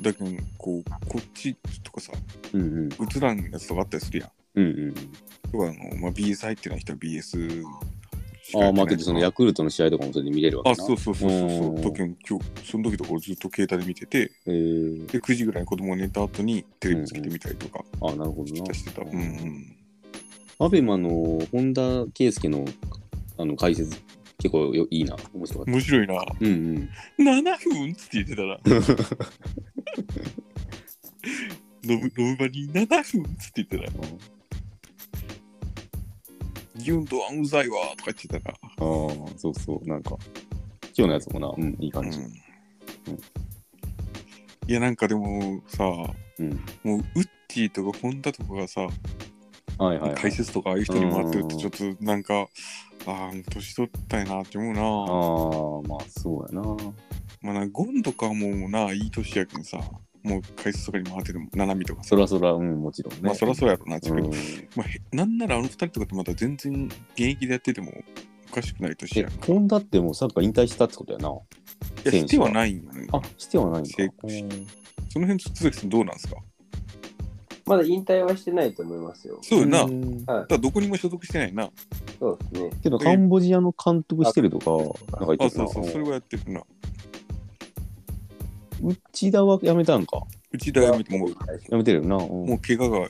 S2: だけどこうこっちとかさ
S1: うんうん。
S2: 映らんやつとかあったりするやん
S1: うんうん
S2: とかあの、まあ、BS 入ってない人は BS し
S1: う
S2: か
S1: ん。あ
S2: や
S1: あ、
S2: ってない
S1: まあけどそのヤクルトの試合とかもそれで見れるわけ
S2: あ
S1: な。
S2: そうそうそうそうそううん時も今日その時とか俺ずっと携帯で見てて
S1: えー、
S2: で9時ぐらいに子供が寝た後にテレビつけてみたりとか
S1: あなるほどな。
S2: してた、うん
S1: う
S2: うんん
S1: アベマの本田圭佑のあの解説、結構よいいな。面白かった。
S2: 面白いな
S1: うんうん。
S2: 7分っつっ
S1: [LAUGHS]
S2: て言ってたらノブノブバに7分っつって言ってたらギュンとあんうざいわとか言ってたら
S1: ああ、そうそう。なんか、今日のやつもな、うん、いい感じ。
S2: うんいやなんかでもさも
S1: うん。
S2: うウッディとかホンダとかがさ、
S1: はいはい、は
S2: 解
S1: い。
S2: 説とかああいう人に回ってる
S1: うん
S2: とちょっとなんか、ああもう年取ったいなって思う
S1: ああ
S2: な
S1: ー、まあそうやな。
S2: まあなんかゴンとかはもうないい年やけんさもう解説とかに回ってるもんナナミとかさ、
S1: そらそら、うん、もちろんね。
S2: まあそりゃそうやろな自分、
S1: うん
S2: まあ、へなんならあの二人とかってまだ全然現役でやっててもおかしくない年
S1: え
S2: やんか、
S1: ホンダってもうサッカー引退したってことやな。
S2: いや
S1: 選
S2: して
S1: 手
S2: はないんよね
S1: あ、してはないんだ。
S2: 成功しその辺都築さんどうなんですか
S3: まだ引退はしてないと思いますよ。
S2: そうよな、
S1: う
S2: だ
S1: ん
S3: はい。
S2: からどこにも所属してないな
S3: そうですね。
S1: けど、カンボジアの監督してるとか、なんか言
S2: あ
S1: ってた
S2: そ
S1: な
S2: う。そうそれはやってるな
S1: 内田はやめたんか。
S2: うちだやめてもう
S1: やめてるよな。うん
S2: もう怪我がもう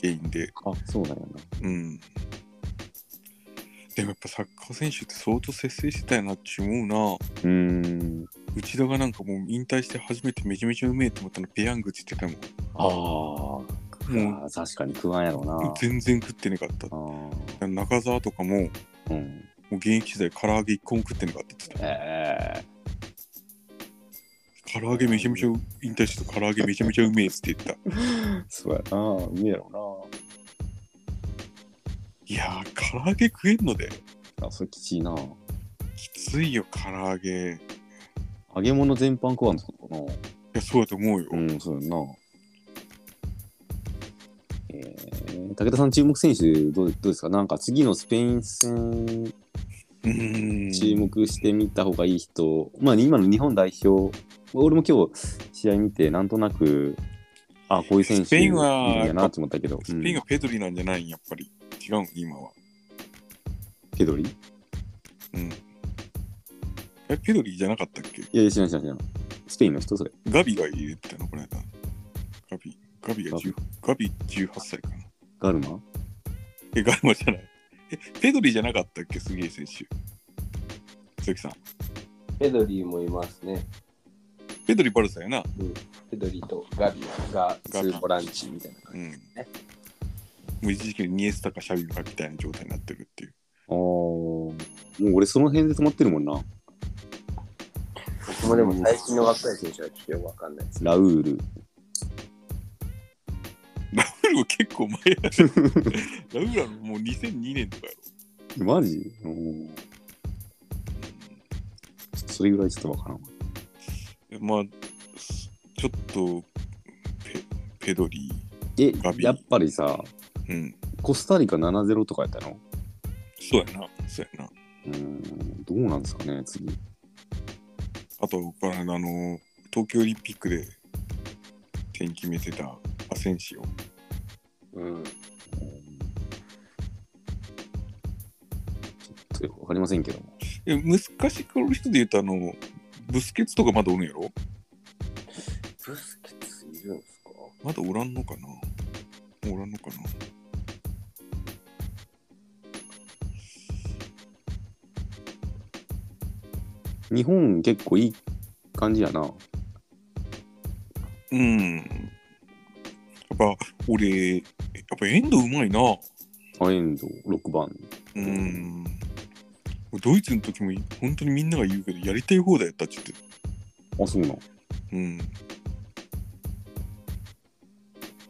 S2: 原因で、
S1: あ、そうなんやな。
S2: うん。でもやっぱサッカー選手って相当節制してたよなって思うな。
S1: うーん。
S2: 内田がなんかもう引退して初めてめちゃめちゃうめえと思ったのペヤングって言って
S1: ああ、
S2: たもん。も
S1: あー確かに食わんやろ
S2: う
S1: な。
S2: 全然食ってなかった。だか
S1: あ
S2: ら中澤とかもも
S1: ーうん。
S2: う現役時代唐揚げ一個も食ってなかったって言って
S1: え
S2: た。唐揚げめちゃめちゃ引退してた唐揚げめちゃめちゃうめえって言ってた。
S1: えそうやな。うめえやろ
S2: いやー唐揚げ食えんので
S1: な。あ、それきちいな。
S2: きついよ唐揚げ。い
S1: 揚げ物全般食わんってことかな。
S2: やそうだと思うよ。
S1: うん、そうやんな。えー、武田さん、注目選手どう、どうですかなんか次のスペイン戦、
S2: うん。
S1: 注目してみた方がいい人、まあ、今の日本代表、俺も今日試合見て、なんとなく、あこういう選
S2: ス
S1: 手
S2: ペ
S1: い
S2: イ
S1: い
S2: ン
S1: ん
S2: は
S1: やなと思ったけど、
S2: スペイン
S1: う
S2: が
S1: ん
S2: ペドリなんじゃないんやっぱり。違うん、今は。
S1: ペドリ
S2: うん。え、ペドリじゃなかったっけ
S1: いやいや、知らん知らん知らん。スペインの人、それ。
S2: ガビが入れてたの、この間。ガビ、ガビが10、ガビ18歳かな。
S1: ガルマ
S2: え、ガルマじゃない。え、ペドリじゃなかったっけすげえ選手。鈴木さん。
S3: ペドリーもいますね。
S2: ペドリバルサやな。
S3: ペドリーとガビが
S2: ガ
S3: ツ
S2: ビ
S3: ーボランチみたいな感
S2: う
S3: じ。
S2: ん。もう一時期ニエスタかシャビかみたいな状態になってるって [LAUGHS] いう。
S1: あーもう俺、その辺で止まってるもんな。
S3: 僕もでも最近の若い選手はちょっとわかんないです。
S1: ラウール。
S2: ラウルは結構前やねラウルはもう2002年とかやろ。
S1: マジうんちょっとそれぐらいちょっとわからんわ。
S2: まあ、すちょっとペ、ペドリ
S1: え
S2: ガ、ビ
S1: やっぱりさ、
S2: うん。
S1: コスタリカ7-0とかやったの
S2: そうやな。そうやな。
S1: うーん、どうなんですかね、次。
S2: と僕はあの東京オリンピックで点決めてたアセンシオ
S3: うん。
S1: ちょっとわかりませんけども。
S2: え昔からの人で言うとあのブスケツとかまだおるんやろ
S3: ブスケツいるんですか
S2: まだおらんのかなおらんのかな
S1: 日本結構いい感じやな。
S2: うんやっぱ俺やっぱ遠藤うまいな
S1: アレンド6番。
S2: うんドイツの時も本当にみんなが言うけどやりたい放題やったっちって
S1: あ、そうなん。
S2: うん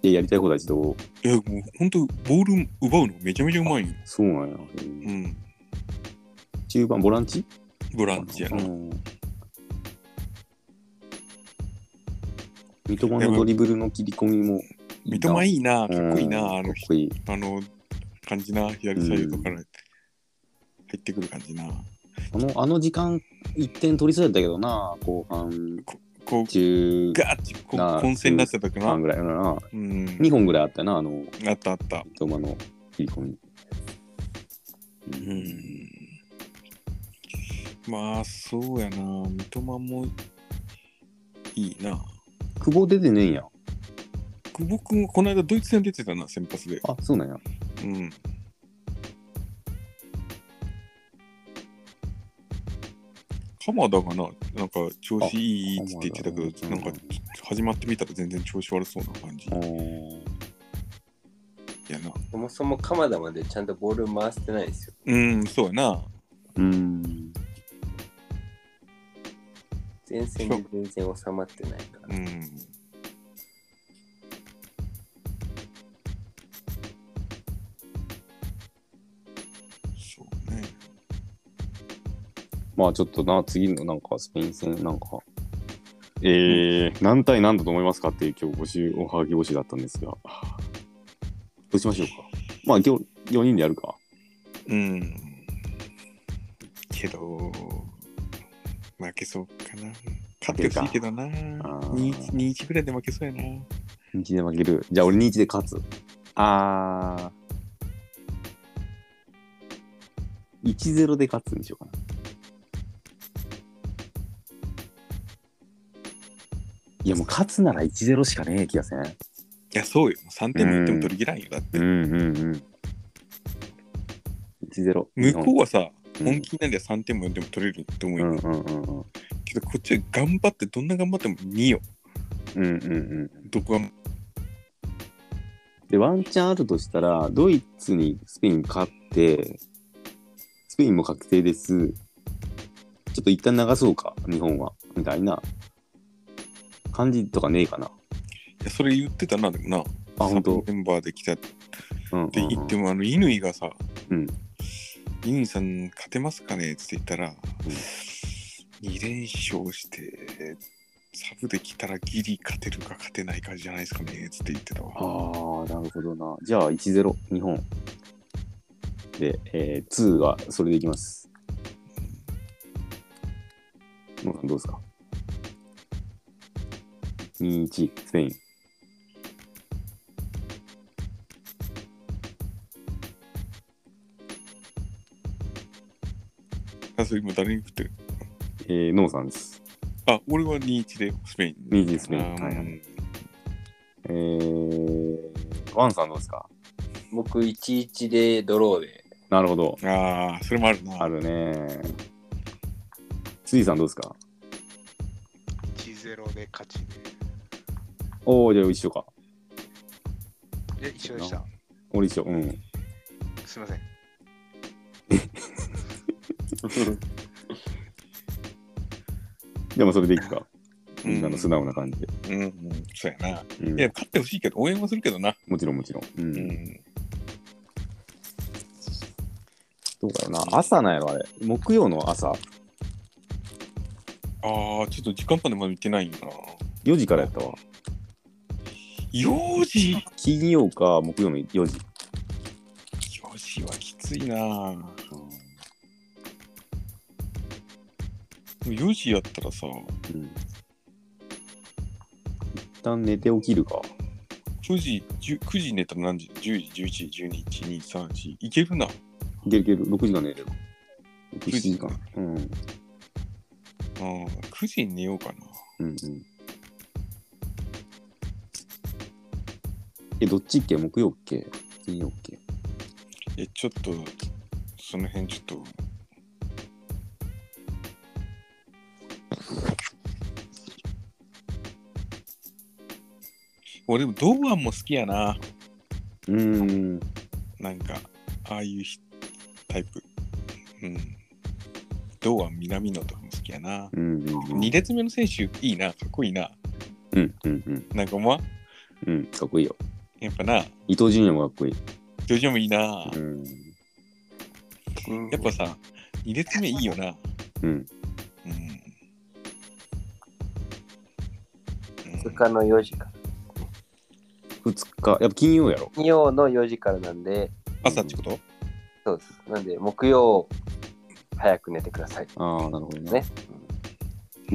S1: で、やりたい放題一度、
S2: いやもう本当ボール奪うのめちゃめちゃうまいよ
S1: そうなんや。
S2: うん
S1: 中盤、ボランチ
S2: ボランチやな
S1: うん三笘のドリブルの切り込みも
S2: 三笘いいな、かっこいいな、
S1: うんか
S2: あの
S1: っこいい。
S2: あの感じな、左サイドから入ってくる感じな。
S1: あのあの時間、1点取りそうやったけどな、後半、
S2: こう、
S1: 中
S2: ガーッてこ
S1: なあ
S2: う混戦になってた時な。
S1: 半ぐらいやな。
S2: うん。
S1: 2本ぐらいあったな、あの、
S2: あったあった。
S1: 三笘の切り込み。
S2: う。ん。まあ、そうやな、三笘もいいな。
S1: 久保出てねえんや。
S2: 久保君、この間ドイツ戦出てたな、先発で。
S1: あ、そうなんや。
S2: うん。鎌田がな、なんか調子いいって言ってたけど、
S1: あ
S2: なんか始まってみたら全然調子悪そうな感じ
S1: あー
S2: やな。
S3: そもそも鎌田までちゃんとボール回してないですよ。
S2: うん、そうやな。
S1: うん。
S3: 前線で全然収まってないから
S2: う。ん。そうね。
S1: まあちょっとな、次のなんかスペイン戦なんか、えー、何対何だと思いますかっていう今日募集、おはぎ募集だったんですが、どうしましょうか。まあ今日4人でやるか。
S2: うん。けど、負けそうかな。勝ってほしいけどな。
S1: ー
S2: 2-1ぐらいで負けそうやな。
S1: 2-1で負ける。じゃあ俺2-1で勝つ。あー。1-0で勝つんでしょうかな。いやもう勝つなら1-0しかねえ気がせん。
S2: いや、そうよ。3点もいっても取り切らんよ。だって。
S1: うんうんうん。1-0。
S2: 向こうはさ、
S1: うん
S2: 本気になりゃ3点も4点も取れると思う
S1: う
S2: よ、
S1: んうんうんうん。
S2: けどこっちは頑張って、どんな頑張っても2よ。
S1: うんうんうん。
S2: どこが、
S1: で、ワンチャンあるとしたら、ドイツにスペイン勝って、スペインも確定です。ちょっと一旦流そうか、日本は。みたいな感じとかねえかな。
S2: いやそれ言ってたな、でもな。
S1: あ、本当。
S2: メンバーで来たって
S1: うんうんうん
S2: 言っても、あの、乾がさ、
S1: うん
S2: 乾さん勝てますかねって言ったら、2連勝して、サブで来たらギリ勝てるか勝てないかじゃないですかねって言ってたわ。
S1: ああ、なるほどな。じゃあ、1-0、日本。で、えー、2はそれでいきます。ノーさんどうですか ?2-1、スペイン。
S2: あ、それ今誰に振ってる
S1: えー、ノーさんです。
S2: あ、俺は2-1でスペイン。
S1: 2-1スペイン
S2: あー
S1: はいはいえー、ワンさんどうですか
S3: 僕、1-1でドローで。
S1: なるほど。
S2: あー、それもあるな。
S1: あるね。ついさんどうですか
S4: 1-0で勝ち
S1: おお、じゃあ一緒か。
S4: で。え、一緒でした。
S1: 俺一緒。うん。
S4: すいません。
S1: でもそれでいくか。
S2: うん
S1: みんなの素直な感じで。
S2: うん、うん、そうやな。
S1: うん
S2: いや、勝ってほしいけど、応援はするけどな。
S1: もちろんもちろん。う。
S2: うんん。
S1: どうだろうな。朝なんやろ、あれ。木曜の朝、
S2: あー、ちょっと時間までまだ見てないよな。
S1: 4時からやったわ。
S2: 4時
S1: 金曜か木曜の4時。
S2: 4時はきついな。 4時やったらさ、
S1: うん。一旦寝て起きるか。
S2: 9時、10 9時寝たら何時 ?10 時、11時、12時、1 2、3、4。いけるな。
S1: いけるいける。6時間寝れる。6、
S2: 9
S1: 7
S2: 時
S1: 時
S2: か
S1: 間。うん。うん
S2: うん、9時に寝ようかな。
S1: うん。え、どっちっけ木曜っけ金曜っけ
S2: え、ちょっと、その辺ちょっと。俺でも堂安も好きやな。
S1: うーん。
S2: なんか、ああいうひタイプ。うん。堂安、南野とかも好きやな。
S1: うんうんうん
S2: 2列目の選手、いいな、かっこいいな。
S1: うんうんうん
S2: なんか、ま、
S1: うんかっこいいよ
S2: やっぱな、
S1: 伊藤純也もかっこいい
S2: ジョジョもいいな。
S1: うん
S2: やっぱさ、2列目いいよな。
S1: うん
S2: うん。
S3: 2日の4時から。
S1: 2日やっぱ金曜やろ
S3: 金曜の4時からなんで、
S2: 朝ってこと
S3: そうです。なんで、木曜、早く寝てください。
S1: ああなるほどね
S3: ね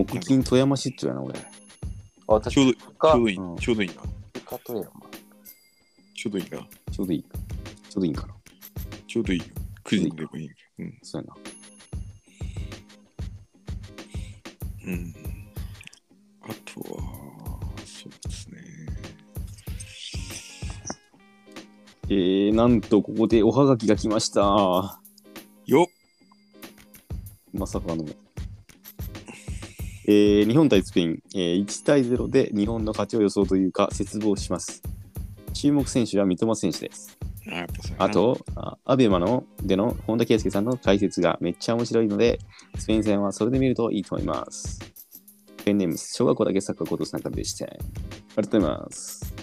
S1: 木金富山出張やな俺
S3: あ私、
S2: ちょうどちょう
S3: か
S2: どいい、
S1: うん
S2: ちょうどいいな。
S3: かとや
S2: ちょうどいいな。
S1: ちょうどいいちょうどいいんかな
S2: ちょうどいいよ。9時にでもいい。うん。
S1: そうやな
S2: うん。あとは、そうですね。
S1: えー、なんとここでおはがきが来ましたま
S2: よっ
S1: さかのえー、日本対スペイン、えー、1対0で日本の勝ちを予想というか絶望します注目選手は三笘選手です
S2: あやっぱそうやな
S1: あ、と、あアベマのでの本田圭佑さんの解説がめっちゃ面白いので、スペイン戦はそれで見るといいと思います。ペンネーム、小学校だけサッカーコート参加でした。ありがとうございます。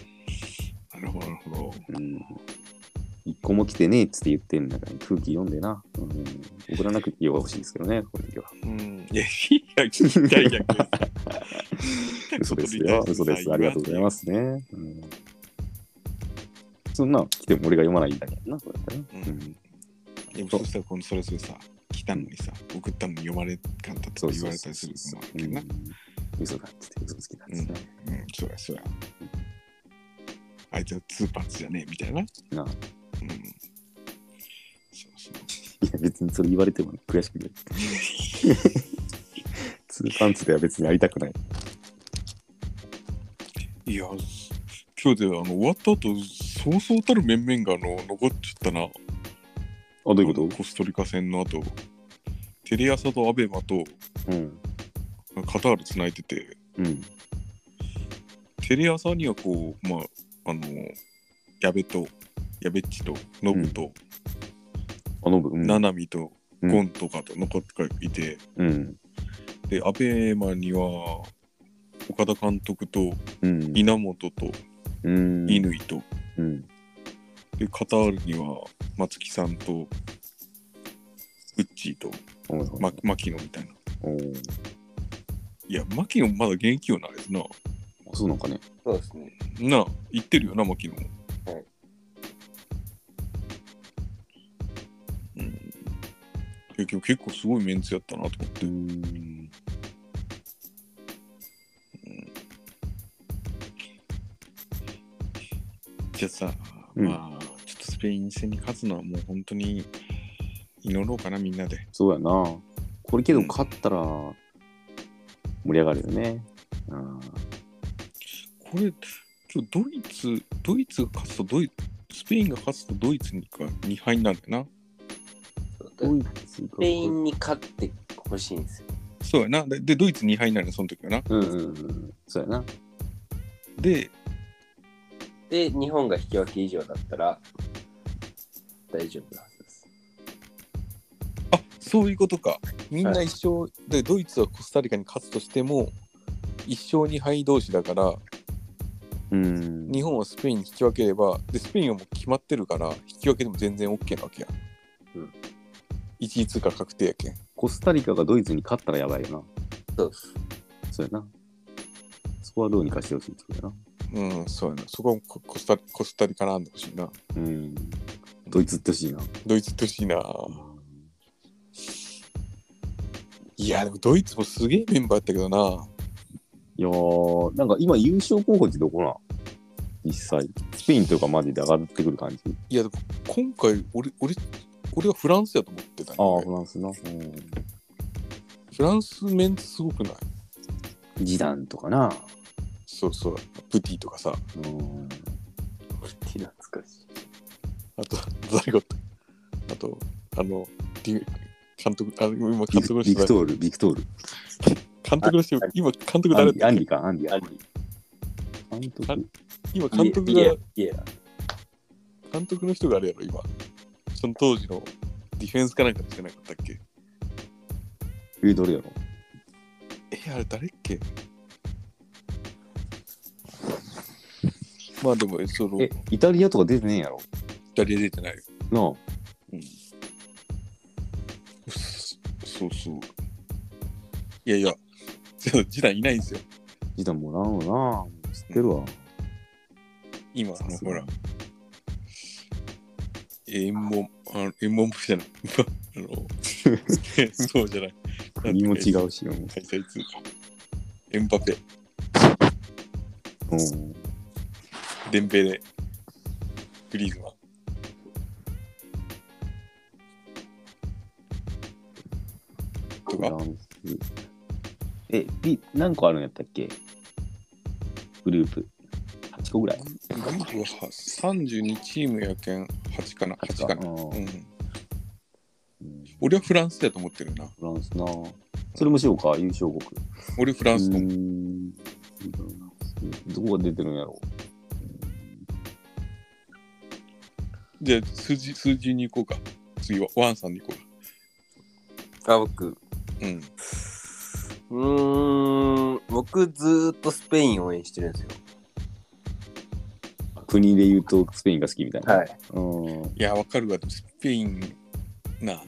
S2: なるほど、なるほど。
S1: うん。一個も来てねえっつって言ってんだから、空気読んでな。うん。送らなくてよほしいですけどね、この時
S2: [LAUGHS]
S1: は。
S2: うん。いや、いや、聞きたい逆にさ
S1: 嘘ですよ。嘘です。ありがとうございますね。うん。そんなん来ても俺が読まないんだけどな、こうやってね。
S2: うん
S1: うん
S2: でもそしたらこのそれぞれさ、来たのにさ、送ったのに読まれかった
S1: そ
S2: と
S1: う
S2: か
S1: そう
S2: 言
S1: そ
S2: わ
S1: う
S2: れたりする
S1: そ
S2: のもあ
S1: う
S2: るけどな。
S1: うん嘘だっつって嘘つきだっつってな。
S2: うん、そうや、そうや。あいつはツーパンツじゃねえみたいな。うん。
S1: なあ
S2: そうそう。
S1: いや、別にそれ言われても悔しく
S2: [LAUGHS]
S1: ない。ツーパンツでは別にやりたくない。
S2: いや、今日であの終わった後、そうそうたる面々があの残っちゃったな。
S1: あ、どう
S2: と
S1: いうこ
S2: コストリカ戦の後、テレ朝とアベマと
S1: とうん。
S2: カタールつないでて、
S1: うん。
S2: テレ朝にはこう、まあ、あの、矢部と、矢部っちと、ノブと、
S1: あ、ノブ。うん。
S2: ナナミと、
S1: うん
S2: ゴンとかと残っていて、
S1: うん。
S2: で、アベマには、岡田監督と
S1: うん。
S2: 稲本と
S1: うん。
S2: 乾と、
S1: うん。
S2: で、カタールには松木さんと、ウッチーと、
S1: おう
S2: ま、牧野みたいな。
S1: おう
S2: いや、牧野まだ現役よな、あれな。
S1: あそうなんかね。
S3: そうですね。
S2: なあ、言ってるよな、牧野も。
S3: はい
S2: うん。いや、今日結構すごいメンツやったなと思って。
S1: うん。
S2: じゃあさ、
S1: うん
S2: まあ、ちょっとスペイン戦に勝つのはもう本当に祈ろうかな、みんなで。
S1: そうやな。これけど、勝ったら、盛り上がるよね。うん。
S2: これ、今日ドイツ、ドイツが勝つとドイツ、スペインが勝つとドイツにか2敗になるんだよな。
S1: ドイツが
S3: スペインに勝ってほしいんですよ。
S2: そうやな。で、でドイツ2敗になるのその時はな。
S1: うんうんうん。そうやな。
S2: で、
S3: で、日本が引き分け以上だったら大丈夫なはずです。 [LAUGHS]
S2: あそういうことか。みんな一勝、でドイツはコスタリカに勝つとしても、1勝2敗同士だから、
S1: うん。
S2: 日本はスペインに引き分ければ、でスペインはもう決まってるから、引き分けでも全然 OK なわけや。
S3: うん
S2: 1位通過確定やけん。
S1: コスタリカがドイツに勝ったらやばいよ
S3: そうです。
S1: な。そうやな。そこはどうにかしてほしいってことやな。
S2: うん、そうやな。そこはココスタコスタリカなんでほしいな。
S1: うん。ドイツってほしいな。
S2: ドイツってほしいな。いや、でもドイツもすげえメンバーやったけどな。
S1: いやー、なんか今優勝候補ってどこなん実際。スペインとかまでで上がってくる感じ。
S2: いや、でも今回、俺、俺、俺はフランスやと思ってたん
S1: ああ、
S2: よ
S1: フランスな。うん。
S2: フランスメンツすごくない
S1: ジダンとかな。
S2: そうそう、プティとかさ、
S1: うん。
S3: 懐かしい。
S2: あと、ザイゴと、あと、あの、ディ監督、あ今監
S1: ビ
S2: 督
S1: ク
S2: の
S1: ビク
S2: 人誰、
S1: トール、ビクトール。
S2: 監督の人
S3: あ、
S2: 今監督
S1: ア
S2: 誰
S1: ンディ
S2: だ
S1: ア
S2: っ
S1: ン
S2: け
S1: ディか、アンディ。
S3: ア
S1: ア
S3: ンディ
S1: ンディ
S2: あ
S1: 監督
S2: 今監督
S3: イエ
S2: が、
S3: イエイエラ
S2: 監督の人があれやろ、今。その当時のディフェンスかなんかしてなかったっけ
S1: え、どれやろ
S2: えあれ誰っけまあでもその
S1: え
S2: イ、
S1: イタリアとか出てねえやろ
S2: タリア出てないよ
S1: なあ。
S2: そうそういやいや [LAUGHS] 時代いないんですよ
S1: ジダンもらんわな。知ってるわ。
S2: 今あ
S1: さ
S2: の
S1: す
S2: ほ
S1: が
S2: らえ門あの円門
S1: [LAUGHS]
S2: じゃないあの [LAUGHS] そうじゃない
S1: 国も違うしよ。
S2: 開催通エンバペ
S1: うん。
S2: デンベレグリーズマンと
S1: フ
S2: か
S1: ランス。え、ビ何個あるんやったっけグループ。8個ぐらい。
S2: グループは32チームやけん8かな
S1: 八
S2: 8かな、
S1: うん
S2: うん、
S1: うん
S2: 俺はフランスだと思ってるな
S1: フランスな。それもしようか、優勝国。
S2: 俺フランス
S1: うー
S2: の
S1: んどこが出てるんやろ
S2: じゃあ数字数字に行こうか次はワンさんに行こ
S3: あ、僕。う
S2: うかうん
S3: ーん、僕ずーっとスペイン応援してるんですよ。
S1: 国で言うとスペインが好きみたいな。
S3: はい。
S1: うん。
S2: いやわかるわでもスペインな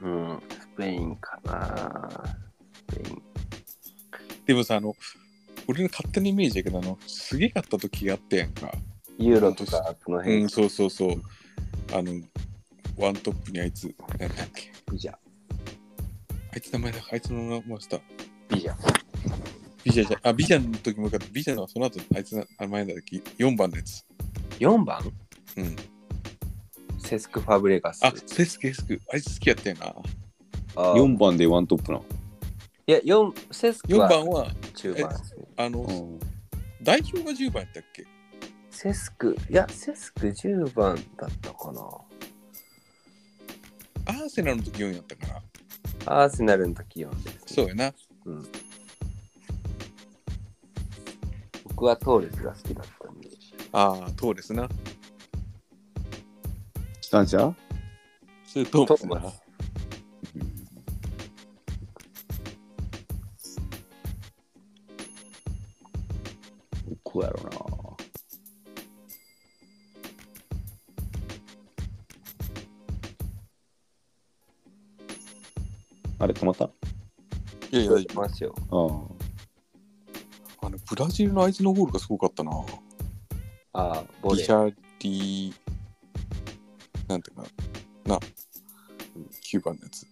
S3: うん、スペインかな。スペイン。
S2: でもさあの俺の勝手なイメージやけどあのすげかった時があったやんか
S3: ユーロとか、その
S2: う
S3: 辺
S2: ん、そうそうそう。あの、ワントップにあいつ、なんだっけ。
S3: ビジャ。
S2: あいつ名前だ、あいつの名前した。
S3: ビジャ。
S2: ビジャじゃ、あ、ビジャの時もよかった。ビジャのその後、あいつの名前だっけ。4番のやつ。
S3: 4番
S2: うん。
S3: セスク・ファブレガス。
S2: あ、セスケスク。あいつ好きやったよな。
S3: あ
S1: 4番でワントップな。
S3: いや、四セスク
S2: 4
S3: は
S2: 番は、
S3: 中盤ですね。
S2: あ
S1: う
S2: の、
S1: ん
S2: 代表が10番やったっけ。
S3: セスク、いや、セスク10番だったかな。
S2: アーセナルの時4やったから。
S3: アーセナルの時4です、ね。
S2: そうやな。
S3: 僕はトーレスが好きだったんで。
S2: ああ、トーレスな。
S1: 機関車
S2: それトーマス
S3: トーマ
S2: な
S3: ス。
S1: どこやろな。あれ、止まったあ
S2: いやいや、
S3: いますよ。
S1: あ。
S2: あの、ブラジルのあいつのゴールがすごかったな。
S3: ああ、ボ
S2: リ
S3: レ
S2: シ
S3: ー。
S2: ャリなんていうかな、な、9番のやつ。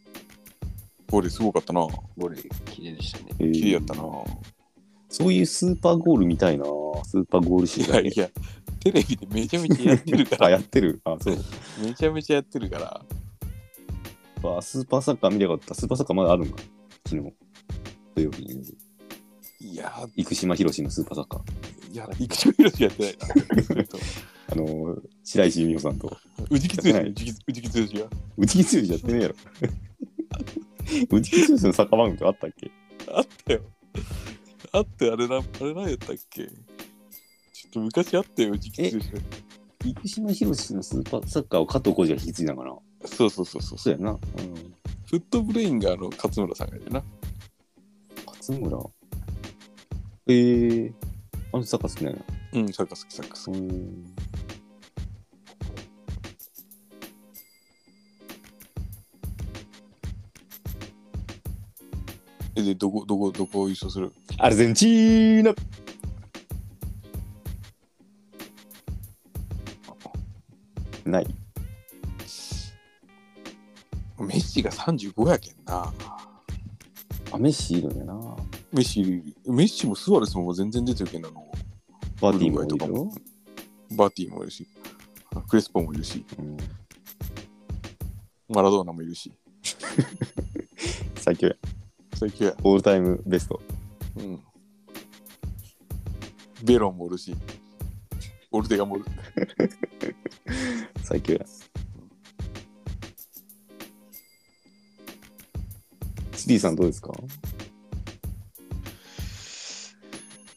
S2: ゴールすごかったな。
S3: ボレー、綺麗でしたね。
S1: えー
S2: 綺麗やったな。
S1: そういうスーパーゴールみたいな。スーパーゴール集
S2: い
S1: が
S2: やいや、テレビでめちゃめちゃやってるか
S1: [LAUGHS] あ、
S2: ら、
S1: やってる。あ、そう。
S2: めちゃめちゃやってるから、
S1: あスーパーサッカー見たかった。スーパーサッカーまだあるんだ。昨日。土曜日に。
S2: いや、
S1: 生島ひろしのスーパーサッカー。
S2: いや、いくちょいろしやってないな
S1: [LAUGHS] あのー、白石由美穂さんと。
S2: うじき通じ、うじき通じが。
S1: うちきつよしやってねえやろ。 [LAUGHS] うちきつよしのサッカー番組とかあったっけ
S2: あったよ。あって、あれな、あれなんやったっけちょっと昔あったよ、うじき通じ。
S1: 生島ひろしのスーパーサッカーを加藤浩次が引き継いだのかな。
S2: そうそうそうそう。
S1: そうやな。うん。
S2: フットブレインがあの勝村さんがいるな。
S1: 勝村。えー、あの人サッカー好きなんや。
S2: うん、サッカー好き、サッカー好き。
S1: うん。
S2: え、で、どこ、どこ、どこを優勝する
S1: アルゼンチーナない。
S2: メッシが35やけんな。
S1: メッシいるんやな。
S2: メッシ、メッシもスワレスも全然出てるけどな、
S1: バーティーもいるよ。
S2: バーティもいるし、クレスポもいるし、
S1: うん、
S2: マラドーナもいるし、
S1: 最強や。
S2: 最強や。
S1: オールタイムベスト。
S2: うん。ベロンもおるし、オルテガもおる。
S1: [LAUGHS] 最強や。シティさんどうですか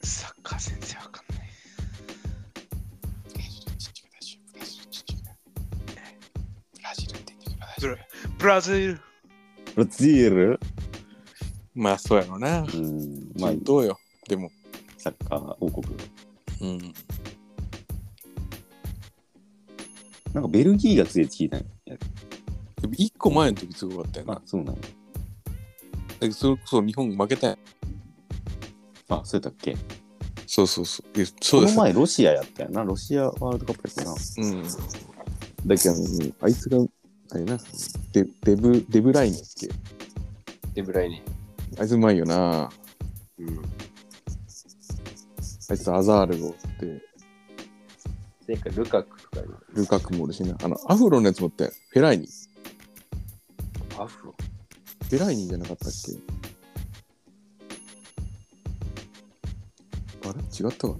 S4: サッカー全然わかんない。ブラジル
S1: ブラジル
S2: まあ、そうやろ
S1: う
S2: な。
S1: ん、ま
S2: ま
S1: あ
S2: あ、、どうよ。でも、
S1: サッカー王国。
S2: うん。
S1: なんかベルギーが強いって聞いたんや。
S2: 一個前の時すごかったよな。
S1: あ、そうなの。
S2: だけどそれこそ日本負けたやん。
S1: あ、そうやったっけ
S2: そうそうそう。えそ
S1: こ
S2: うで
S1: の
S2: す。
S1: 前ロシアやったよな。ロシアワールドカップやったよな。
S2: うん。
S1: だけど、あいつが、あれな、
S2: デデブ、デブラインだっけ
S3: デブライネ。
S2: あいつうまいよな。
S3: うん。
S2: あいつアザールがおって、
S3: それか、ルカクとかに
S2: ルカクもおるしな。あの、アフロのやつ持って、フェライニ。
S3: アフロ。
S2: フェライニじゃなかったっけあれ違ったか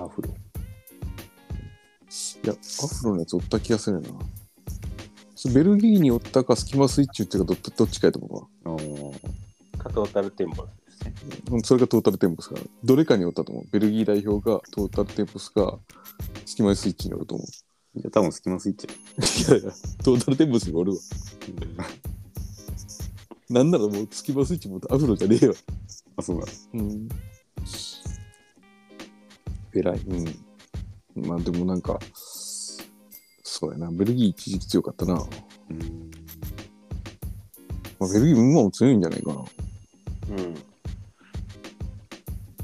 S2: な
S1: アフロ。
S2: いや、アフロのやつおった気がするな。それベルギーにおったか、スキマスイッチっていうかどっ、どっちかやと思
S1: あー
S3: カトータルテンボラですね。
S2: うわうん。それがトータルテンプスか。どれかにおったと思う。ベルギー代表がトータルテンプスか、スキマスイッチにおると思う。
S1: じゃあ多分スキマスイッチや。
S2: いやいや、トータルテンボスにもおるわ。なんならもう、スキマスイッチもアフロじゃねえわ。
S1: あ、そうだ。
S2: うん。偉い。うん。まあでもなんか、そうやな、ベルギー一時期強かったな。
S1: うん。
S2: まあ、ベルギー今も強いんじゃないかな。
S3: うん。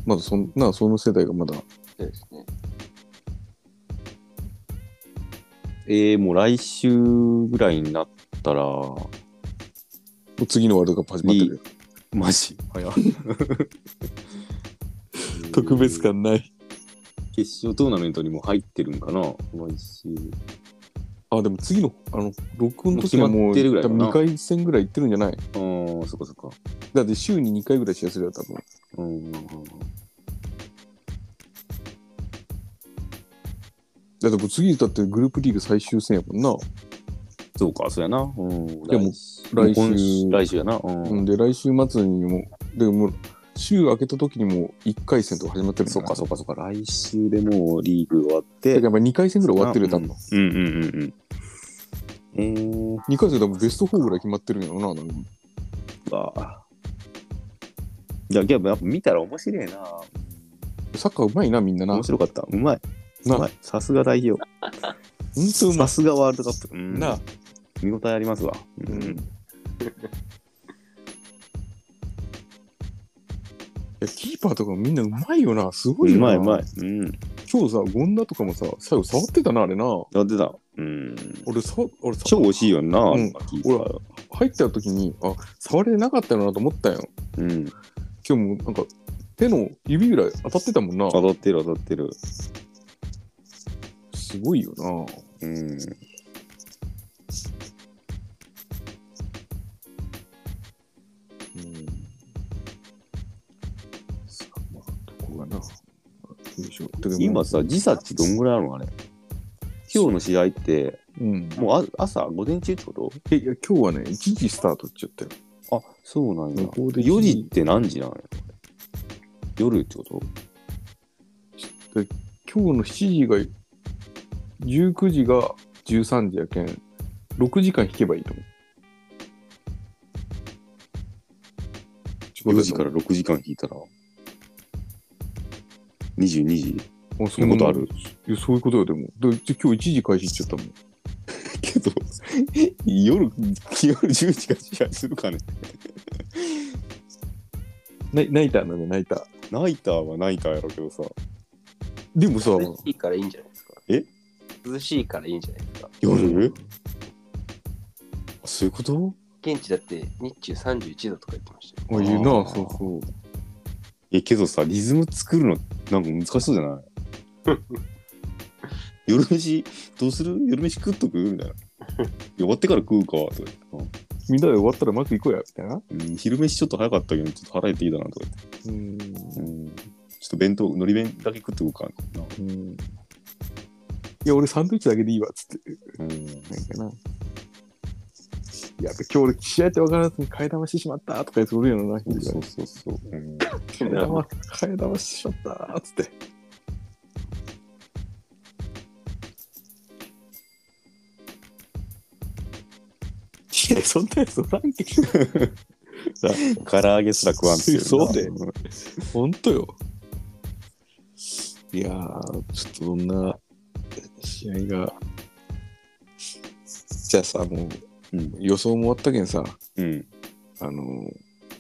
S2: まだそんな、その世代がまだ。
S3: そうですね。
S1: えー、もう来週ぐらいになったら、
S2: 次のワールドカップ始まってるよ。
S1: マジ早っ [LAUGHS]
S2: 特別感ない。
S1: 決勝トーナメントにも入ってるんかな毎週。
S2: あ、でも次の、あの、録音の時は
S1: も
S2: も
S1: う決まってるぐら
S2: う、
S1: いかな
S2: 2回戦ぐらい行ってるんじゃない
S1: あー、そっかそっか。
S2: だって週に2回ぐらい試合するよ、多分。
S1: うん。
S2: だってもう次だってグループリーグ最終戦やもんな。
S1: そうか、そうやな。うん。
S2: やもう
S1: 来
S2: 来
S1: 週。
S2: 週
S1: 今週来週やな。う
S2: うん、
S1: ん。
S2: で、来週末にも、でも、週明けた時にも1回戦とか始まってる
S1: そっかそ
S2: っ
S1: っかそっか。来週でもうリーグ終わっ
S2: か。
S1: て
S2: や。っぱ2回戦ぐらい終わってるよ、多分。
S1: うんうんうんうん。えー、
S2: 2回戦多分ベスト4ぐらい決まってるんやろな、多分
S1: か。いや、でもやっぱ見たら面白いな。
S2: サッカーうまいな、みんなな。
S1: 面白かった。うまい。う
S2: な
S1: まい。さすが代表。
S2: ほんとうま
S1: さすがワールドカップ。う
S2: い
S1: ん
S2: な。
S1: 見応えありますわ。う
S2: うん [LAUGHS] ん。いや、キーパーとかみんなうまいよな。すごいうよな。
S1: まいうまい。。うん。
S2: 今日さ、権田とかもさ、最後触ってたな、あれな。
S1: やってた。うん。
S2: 俺、さ俺さ
S1: 超惜しいよな、
S2: うん
S1: キーパー
S2: 入った時に、あ、触れなかったよなと思ったよ。
S1: うん。
S2: 今日もなんか、手の指ぐらい当たってたもんな。
S1: 当たってる当たってる。
S2: すごいよな。
S1: うん。
S2: うんさあ、まあ、どこがな。よいしょ
S1: 今、さ、時差ってどんぐらいあるのあれ。今日の試合って、
S2: うん、
S1: もうあ朝、午前中ってこと
S2: えいや今日はね、1時スタートって言ったよ。
S1: あ、そうなんや。
S2: 向こうで
S1: 4時って何時なの夜ってこと
S2: 今日の7時が、19時が13時やけん、6時間引けばいいと思う。
S1: 4時から6時間引いたら22時
S2: あ、そ
S1: そんなことある
S2: いや、そういうことよ、でも。でじゃ今日1時開始って言っちゃったもん。
S1: けど夜夜10時から試合するかね
S2: ナイナイターなのナイター。
S1: ナイターはナイターやろうけどさ
S2: でもさ、
S3: 涼しいからいいんじゃないですか。
S1: え
S3: 涼しいからいいんじゃないですか。
S1: 夜そういうこと
S3: 現地だって日中31度とか言ってましたよ。
S2: ああいうな、そうそう。
S1: え、けどさ、リズム作るのなんか難しそうじゃない
S2: [LAUGHS]
S1: 夜飯どうする夜飯食っとく
S2: [LAUGHS]
S1: みたいな。終わってから食うかとか言って
S2: みんなで終わったらマック行こうや、みたいな。
S1: うん、昼飯ちょっと早かったけど、ちょっと腹減っていいだなとか言って
S2: うん。
S1: うん、ちょっと弁当、海苔弁だけ食っとくかな。
S2: うん。いや、俺サンドイッチだけでいいわ、つって。
S1: うん
S2: なんかな。やっぱ今日俺試合って分からずに替え玉してしまったとか言ってくるよな。
S1: そうそうそうそう。
S2: [LAUGHS]
S1: うん [LAUGHS]
S2: 替え玉替え玉してしまったっつって。いや、そんなやつおらんけど。
S1: 唐揚げすら食わんっていうな。
S2: そうだよほんとよ。いやー、ちょっとどんな試合が。じゃあさ、も
S1: う
S2: う
S1: ん。
S2: 予想も終わったけんさ、
S1: うん。
S2: あのー、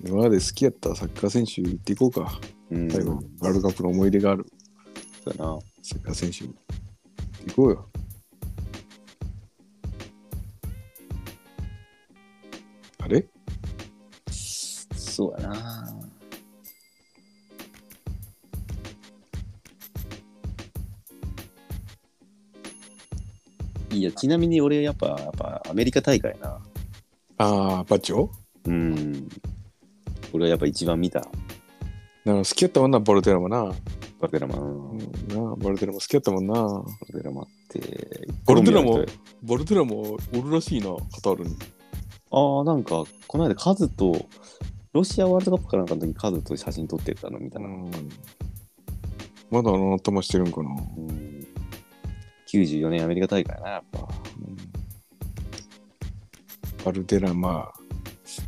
S2: 今まで好きやったサッカー選手言っていこうか。
S1: うん。
S2: 最後にワールドカップの思い出がある
S1: だな。
S2: サッカー選手。行こうよ。あれ
S1: そうやな。いや、ちなみに俺やっぱ、やっぱアメリカ大会な。
S2: あー、バッチョ
S1: うん。俺はやっぱ一番見た。
S2: なんか好きやったもんな、ボルテラもな。
S1: バルデラマン。
S2: うん、なボルテラも好きやったもんな。
S1: バルデラマンって。
S2: バルデラマン
S1: コンビの人や
S2: ボルテラもおるらしいな、カタールに。
S1: ああ、なんか、この間カズと、ロシアワールドカップかなんかの時カズと写真撮ってたの見たな。
S2: まだあの頭してるんかな。
S1: うん94年アメリカ大会やな、やっぱ。
S2: バルデラマ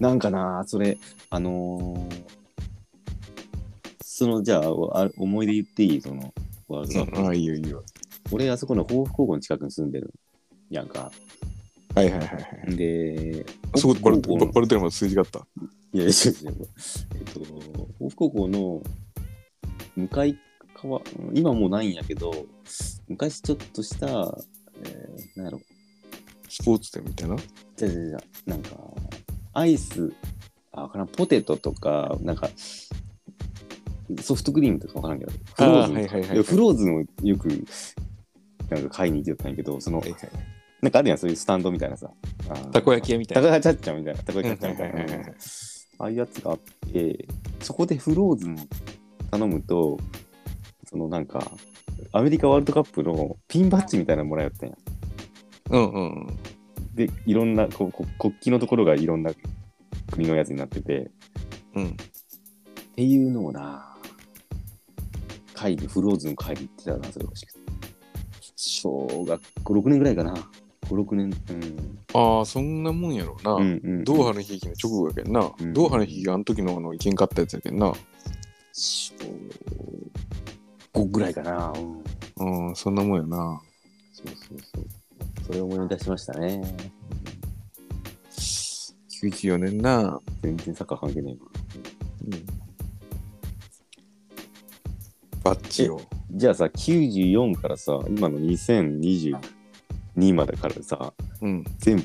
S1: なんかな、それ、あのーその、じゃああ、思い出言っていいその、ワールドカップ
S2: ああ、いいよいいよ。
S1: 俺、あそこの豊福高校の近くに住んでるやんか。
S2: はいはいはいはい。
S1: で、
S2: そこバル
S1: 豊福高校の
S2: バルデラマ数字があった。
S1: いや、いや違う違う。えっと、豊福高校の向かい側、うん今もうないんやけど、昔ちょっとした、えー、なんやろ、
S2: スポーツ店みたいな。
S1: じゃじゃじゃなんかアイスあわからんポテトとかなんかソフトクリームとかわからんけどフローズン、
S2: はいはいはい
S1: やフローズンをよくなんか買いに行ってたんやけどそのなんかあるやんそういうスタンドみたいなさあー
S2: たこ焼き屋みた
S1: た
S2: い
S1: こ
S2: な。
S1: 焼きちゃっちゃんみたいなたこ焼きちゃっちゃんみたい
S2: うんはいはいは
S1: な
S2: いはい
S1: ああいうやつがあってそこでフローズンを頼むとそのなんかアメリカワールドカップのピンバッジみたいなのもらえよったんや
S2: うんうん。
S1: でいろんなこうこ国旗のところがいろんな国のやつになってて
S2: うん。
S1: っていうのをな会議フローズン会議行ってたなそれ欲しくて小学校6年ぐらいかな56年
S2: ああ、そんなもんやろうな。
S1: うん、うんうん
S2: ドーハの悲劇の直後やけんな。
S1: うん
S2: ドーハの悲劇があの時のあの意見かったやつやけんな。
S1: 小5ぐらいかなうん
S2: うん、そんなもんやな。
S1: そうそうそうそれを思い出しましたね
S2: 94年な。
S1: 全然サッカー関係ない
S2: うん、バッチを。
S1: じゃあさ94からさ今の2022までからさ
S2: うん。
S1: 全部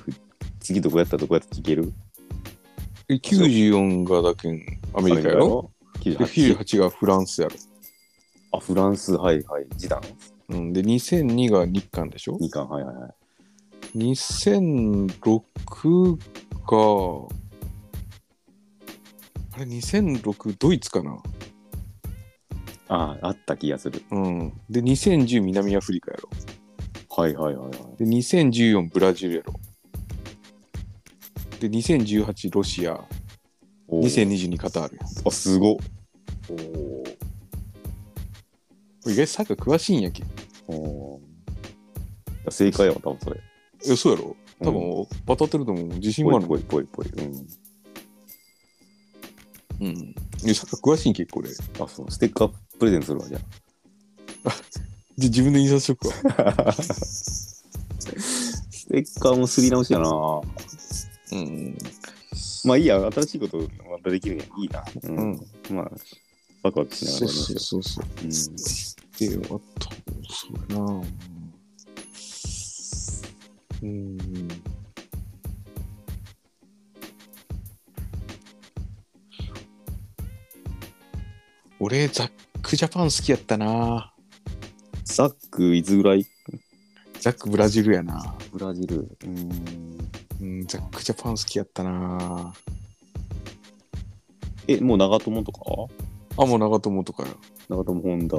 S1: 次どこやったどこやったっていける
S2: え94がだけんアメリカやろ
S1: アメリ
S2: で
S1: カやろ ?98
S2: 98がフランスやろ。
S1: あフランスはいはい時短
S2: うん、で、2002が日韓でしょ
S1: 二冠はいはいはい
S2: ?2006 が、あれ、2006ドイツかな
S1: あああった気がする
S2: うん。で、2010南アフリカやろ。
S1: はいはいはいはい
S2: で、2014ブラジルやろ。で、2018ロシア、
S1: おー
S2: 2022カタールや。
S1: あすごっ
S2: 意外とサッカー詳しいんやけ。
S1: おーいや正解やわ多分それ
S2: え、そうやろ
S1: う
S2: 多
S1: ん
S2: 分、渡ってると思う。自信もあ
S1: ぽい
S2: るもん
S1: ぽいぽいぽいうん
S2: うん。いやサッカー詳しいん結構俺。じゃ
S1: あそうステッカープレゼントするわじゃ
S2: 自分で印刷しとくわ。
S1: [LAUGHS] あステッカーもすり直しやな
S2: うん。
S1: まあいいや新しいことまたできるんやいいなう
S2: うん。
S1: まあワクワクしなが
S2: そ
S1: ら
S2: う
S1: やりましょ
S2: そうそうそ
S1: う
S2: う。
S1: うん
S2: で、あと、そうやな。うん。俺、ザックジャパン好きやったな。
S1: ザック、いつぐらい
S2: ザックブラジルやな。
S1: ブラジル。
S2: うん。うん、ザックジャパン好きやったな。
S1: え、もう長友とか
S2: あ、もう長友とかよ。
S1: 長友本田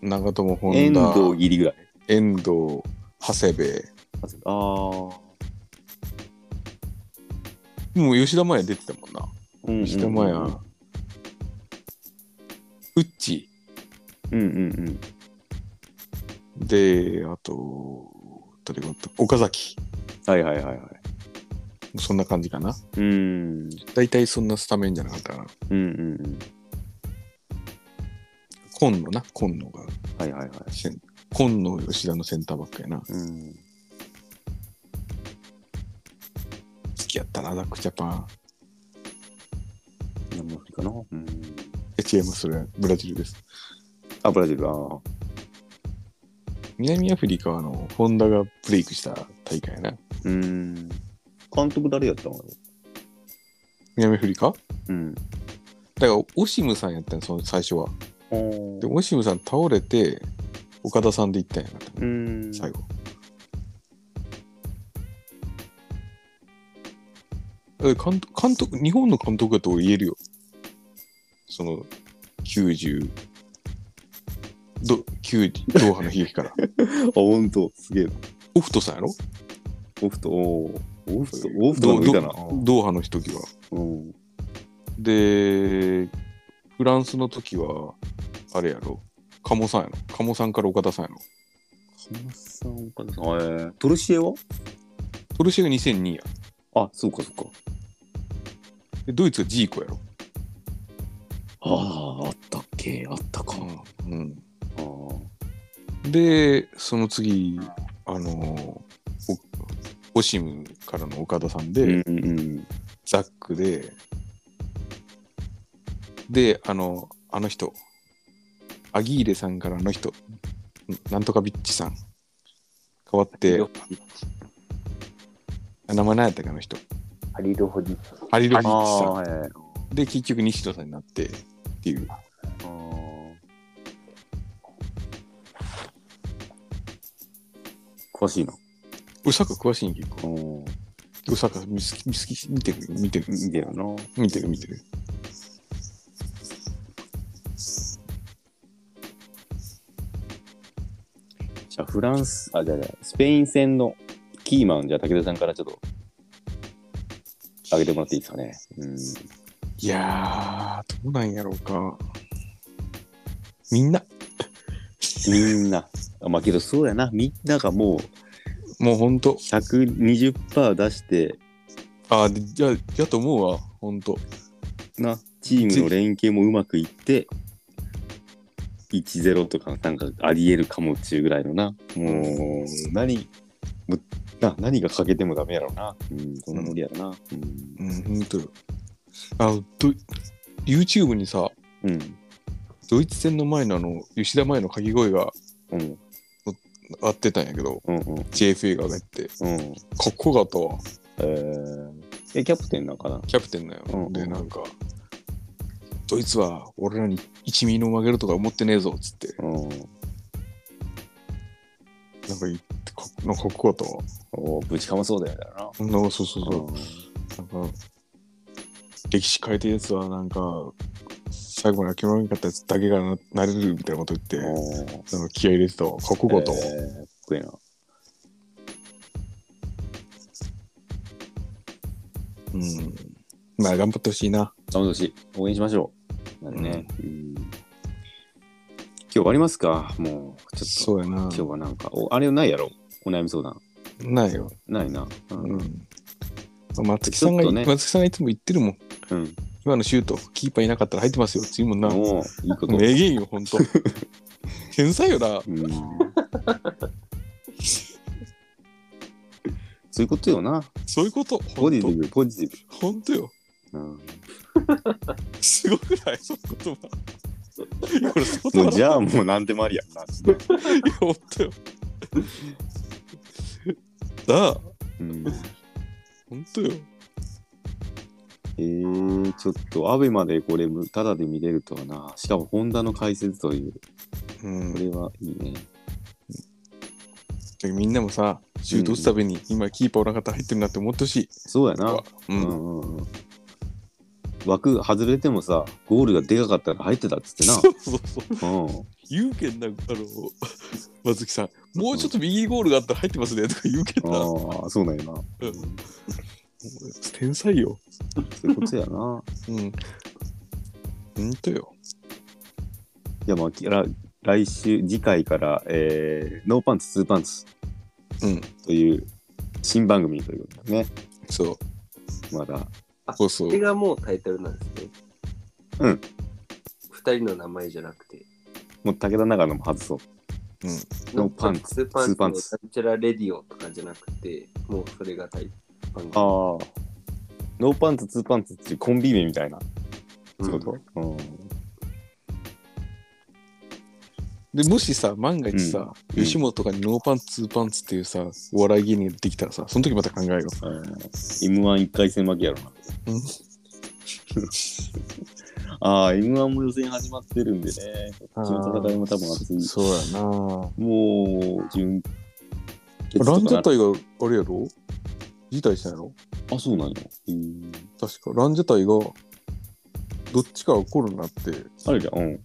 S2: 長友本田。
S1: 遠藤ギリぐらい。
S2: 遠藤、長谷部。
S1: ああ。
S2: もう吉田麻也出てたもんな。
S1: うんうんうん
S2: 吉田麻也。ウッチ。
S1: うんうん
S2: で、あと、誰があった岡崎。
S1: うん。はいはいはいはい。
S2: そんな感じかな。
S1: うん。
S2: 大体そんなスタメンじゃなかったかな。
S1: うんうんうん。
S2: 今野な、今野が。
S1: はいはいはい。
S2: せん今野吉田のセンターバックやな。好
S1: うん。
S2: きやったな、ザックジャパン。
S1: 南アフリカな。うん。
S2: え、違います、それはブラジルです。
S1: あ、ブラジル。ああ。
S2: 南アフリカはあの、ホンダがブレイクした大会やな。
S1: うん。監督誰やったの
S2: 南アフリカ
S1: うん。
S2: だから、オシムさんやったんその最初は。
S1: お
S2: で、オシムさん倒れて、岡田さんで行ったんやな、
S1: うん。
S2: 最後。え監督監督、日本の監督だと俺言えるよ。その、90、ど、90、ドーハの悲
S1: [LAUGHS]
S2: 劇から。
S1: あ、ほんと。すげえな。
S2: オフトさんやろ
S1: オフト。おーオフト。オフトがいたな。
S2: ドーハの日時は。
S1: うん。
S2: で、フランスの時は、あれやろ。カモさんやろ。カモさんから岡田さんやろ。
S1: 浜さん、岡田さん。えー、トルシエは
S2: トルシエが2002や。
S1: あ、そうかそうか。
S2: でドイツはジーコやろ。
S1: ああ、あったっけあったか。
S2: うん。
S1: あー
S2: で、その次、あのーおオシムからの岡田さんで、
S1: うんうんうん。
S2: ザックで、で、あの、あの人、アギーレさんからあの人、んなんとかビッチさん、変わって、名前何やったっけ、あの人、
S3: ハリルホジッチ。
S2: ハリロビ
S1: あ
S2: ッチ
S1: あ、
S2: さ
S1: はいはい。
S2: ん。で、結局西野さんになってっていう。
S1: あー詳しいな。
S2: うさか詳しいん結構。
S1: うん。
S2: うさか見すき見すき見てる見てる
S1: いいだよな。
S2: 見てる見てる。
S1: じゃあ、フランス、あ、じゃあじゃあスペイン戦のキーマン、じゃあ、武田さんからちょっと、上げてもらっていいですかね。うん。
S2: いやー、どうなんやろうか。みんな、
S1: みんな。あまあ、けど、そうやな。みんながもう、
S2: もうほんと。
S1: 120%出して、
S2: あー、でじゃあ、やと思うわ、ほんと。
S1: な、チームの連携もうまくいって、1-0とか、なんかありえるかもっちゅうぐらいのな、もう、何、もうな何が欠けてもダメやろうな、うん、そんなノリやろな。うん
S2: うん、ほんとよ。あの、ど YouTube にさ、
S1: うん、
S2: ドイツ戦の前のあの、吉田前の掛け声が
S1: うん、
S2: あってたんやけど、
S1: うん、うん、
S2: JFA が上がって、か
S1: うん。
S2: っこよかったわ、
S1: えー、え、キャプテンなんかな
S2: キャプテンだよ。
S1: うん
S2: で、なんか、ドイツは俺らに一ミリも負けるとか思ってねえぞ、つって。
S1: うん。
S2: なんか言って、かっなんかかっこよかったわ。
S1: おぶちかまそうだよな。
S2: うんなんかそうそうそう。
S1: う
S2: なんか、歴史変えたやつは、なんか、最後まで諦めなかったやつだけがななれるみたいなこと言って、
S1: ん。
S2: なん
S1: おー
S2: か気合い入れてたわ。かっこよかったわ。
S1: えーかっこいいな。
S2: うん。まあ、頑張ってほしいな。
S1: 頑張ってほしい。応援しましょう。なるね。うん今日終わりますかもう、ちょっと。
S2: そうやな
S1: 今。日はなんか、おあれないやろお悩み相談。
S2: ないよ。
S1: ないな。う。
S2: うんん。松木さん
S1: ちょ
S2: が、
S1: っとね
S2: 松木さんがいつも言ってるもん。
S1: うん。
S2: 今のシュート、キーパーいなかったら入ってますよって言うもんな。も
S1: もう、いいこ
S2: う
S1: と。
S2: 名言よ、
S1: [LAUGHS]
S2: ほんと。天才よな。
S1: うん。そういうことよな。
S2: そういうこと。
S1: ポ
S2: ほん
S1: ジテ
S2: と
S1: ィブ、ポジティ
S2: ほんとよ。
S1: ブ。うん。
S2: すごくないその
S1: [LAUGHS]
S2: 言葉。いや、これ、そんな
S1: もうじゃあもう何でもありやん
S2: [LAUGHS]
S1: な。
S2: いや、本当よ。なあ、
S1: うん。
S2: 本当よ。
S1: えー、ちょっと、アベまでこれ、ただで見れるとはな。しかも、ホンダの解説という、
S2: うん
S1: これはいいね。
S2: でみんなもさ、シュート打つたびに、今キーパーおらんかったら入ってるなって思ってほしい。
S1: そうやな。
S2: う。
S1: うんんうんうん。枠外れてもさ、ゴールがでかかったら入ってたっつってな。
S2: そうそうそう。
S1: うん。
S2: 言うけんな、あの、松木さん、もうちょっと右ゴールがあったら入ってますねとか言うけんな。
S1: ああ、そうなんやな。
S2: うん天才よ。
S1: そういうことや [LAUGHS] な。
S2: うん。ほんとよ。
S1: じゃあまあきら、来週、次回から、えー、ノーパンツ、ツーパンツ
S2: うん。
S1: という新番組ということでね。
S2: そう。
S1: まだ。
S2: 放送
S3: これ。がもうタイトルなんですね。
S1: うん。
S3: 二人の名前じゃなくて、
S1: もう武田長野も外そう。ノーパンツ
S3: スーパンツ
S1: ツーパン
S3: の
S1: ツ
S3: なんちゃらレディオとかじゃなくて、もうそれがタイトル。
S1: ああ。ノーパンツ、ツーパンツっていうコンビ名みたいな。
S3: うん
S1: そういうこと、うん、
S2: で、もしさ、万が一さ、
S1: うん
S2: 吉本とかにノーパンツーパンツっていうさ、お笑い芸人ができたらさ、その時また考えよう。
S1: M11 回戦負けやろな。
S2: うん
S1: [LAUGHS] ああ、M1 も予選始まってるんでね、こっちの戦いも多分熱い。
S2: そうやな。
S1: もう、準決とか
S2: ランジャ
S1: な
S2: タイがあれやろ辞退したんやろ
S1: あ、そうなんや。うん
S2: 確か。ランジャタイが、どっちかが怒るなって、
S1: あれじゃん。うん。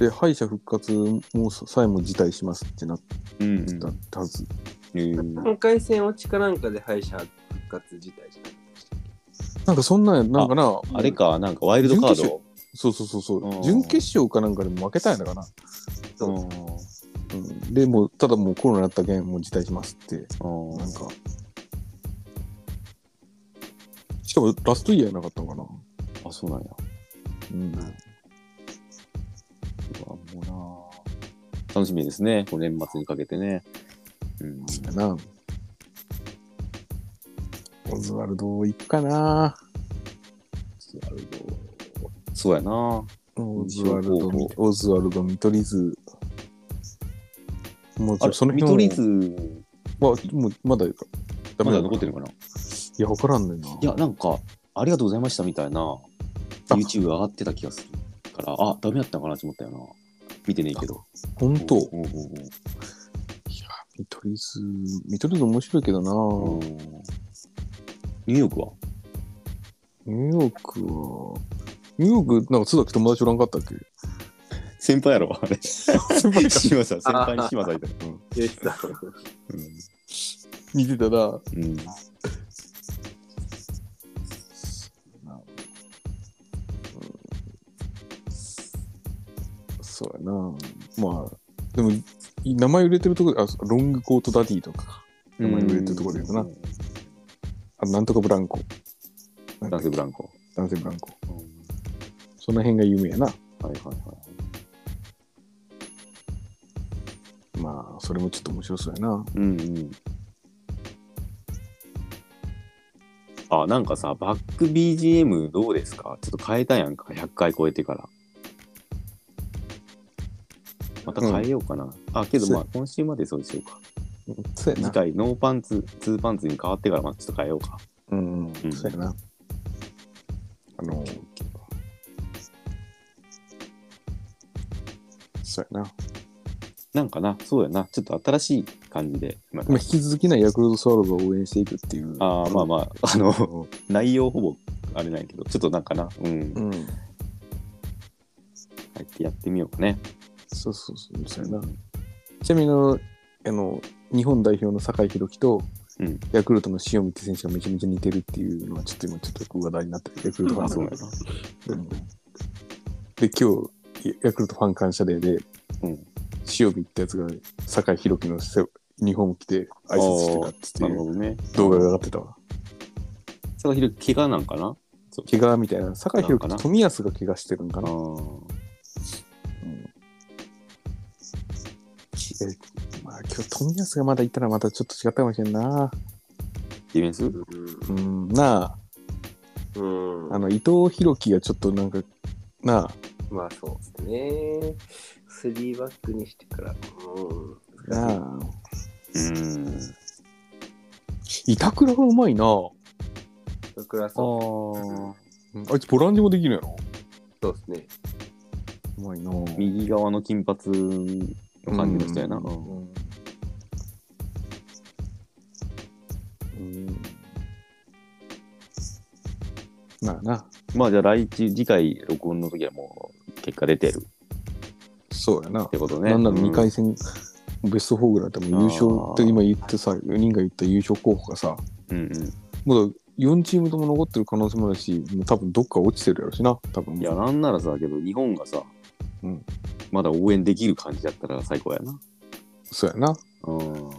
S2: で、敗者復活もさえも辞退しますってなっ
S1: うん、
S2: てたはず。
S1: うん。
S3: 3回戦落ちかなんかで敗者復活自体じゃなくて。
S2: なんかそんなんや、なんかな、
S1: あれか、なんかワイルドカード。
S2: そうそうそうそう、
S1: うん
S2: 準決勝かなんかでも負けたんやのかな。
S3: そう
S1: うん
S2: うん、でもうただもうコロナになったけんもう辞退しますって
S1: あ
S2: なん
S1: ー
S2: かしかもラストイヤーやなかったのかな、
S1: あ、そうなんや。
S2: うん、
S1: うわもうな楽しみですね、こう年末にかけてね。うん。
S2: そうやなオズワルド行くかな
S1: なるほどそうやな。
S2: オズワルドみオズワルド見取り図もう
S1: あれ、
S2: その
S1: 見
S2: 辺
S1: 取り
S2: は
S1: 図、
S2: まもうまだいいかダ
S1: ま
S2: メ
S1: だ
S2: な
S1: 残
S2: のか
S1: ってるのかない
S2: や分からんねんない
S1: や、なんか、ありがとうございましたみたいな、YouTube 上がってた気がするから、あ、ダメだったのかなと思ったよな。見てねえけど。
S2: 本当
S1: うんうんうん
S2: いや、見取り図、見取り図面白いけどな、
S1: うんニューヨークは
S2: ニューヨークは、ニューヨーク、なんか津崎友達おらんかったっけ
S1: 先輩やろ、あれ。
S2: 先輩か
S1: 島 [LAUGHS] さん、先輩に島さんいた。
S3: 吉さん
S1: う
S2: 見てたら、
S1: ん。うん。
S2: そうやなまあ、でも、い名前売れてるところ、あ、そうロングコートダディとか、名前売れてるところで言うとな。あなんとかブランコ。
S1: 男性ブランコ。
S2: 男性ブランコ。
S1: うん
S2: その辺が有名やな。
S1: はいはいはい。
S2: まあ、それもちょっと面白そうやな。
S1: うんうん。あ、なんかさ、バック BGM どうですかちょっと変えたやんか、100回超えてから。また変えようかな。あ、けどまあ、今週までそうしようか。
S2: そうや
S1: 次
S2: な。
S1: 回、ノーパンツ、ツーパンツに変わってから、まあ、ちょっと変えようか。
S2: うん、うんん、そうやな。あの、そうやな。
S1: なんかな、そうやな。ちょっと新しい感じで。まあ
S2: まあ、引き続きなヤクルトスワローズを応援していくっていう。
S1: あーまあまあ、あの、 [LAUGHS]
S2: うん
S1: 内容ほぼあれないけど、ちょっとなんかな、うん、
S2: うん。
S1: 入ってやってみようかね。
S2: そうそうそう。そうやな。ちなみにあの、あの、日本代表の酒井宏樹と、
S1: うん
S2: ヤクルトの塩見って選手がめちゃめちゃ似てるっていうのは、ちょっと今ちょっと僕話題になってる。ヤクルトファ
S1: あ、
S2: ン
S1: そう
S2: の
S1: なんやな。
S2: うんで、今日、ヤクルトファン感謝デーで、
S1: うん
S2: 塩見ってやつが酒井宏樹の背日本着て挨拶してたっつって
S1: ないる
S2: う
S1: ほどね。
S2: 動画が上がってたわ。
S1: 坂ひろき怪我なんかな
S2: 怪我みたいな。酒井宏樹
S1: なんか
S2: と
S1: な
S2: 富安が怪我してるんか
S1: あ
S2: な。
S1: ー
S2: えまあ、今日富安がまだいたらまたちょっと違ったかもしれんな。
S1: ディフェンス
S2: うん、な
S3: うん
S2: あ、あの、伊藤洋樹がちょっとなんか、なあ、
S3: まあそうですね。3バックにしてから。うん
S2: なあ、
S1: うん。
S2: 板倉がうまいな。
S3: 板倉さ
S1: あ
S3: ん。
S1: ー
S2: うんあいつボランチもできるやろ。
S3: そうですね。
S2: うまいなぁ
S1: 右側の金髪の感じの人やな。
S2: うん
S1: うん
S2: うんまあな、
S1: まあじゃあ来日、次回録音の時はもう結果出てるっ
S2: そうやな。
S1: てことね。
S2: なんなら
S1: う
S2: 2回戦、ベスト4ぐらいだったらもう優勝って今言ってさ、4人が言った優勝候補がさ、
S1: うんうん
S2: まだ4チームとも残ってる可能性もあるし、もう多分どっか落ちてるやろしな、多分。
S1: いや、なんならさ、けど日本がさ、
S2: うん
S1: まだ応援できる感じだったら最高やな。
S2: そうやな。
S1: うん。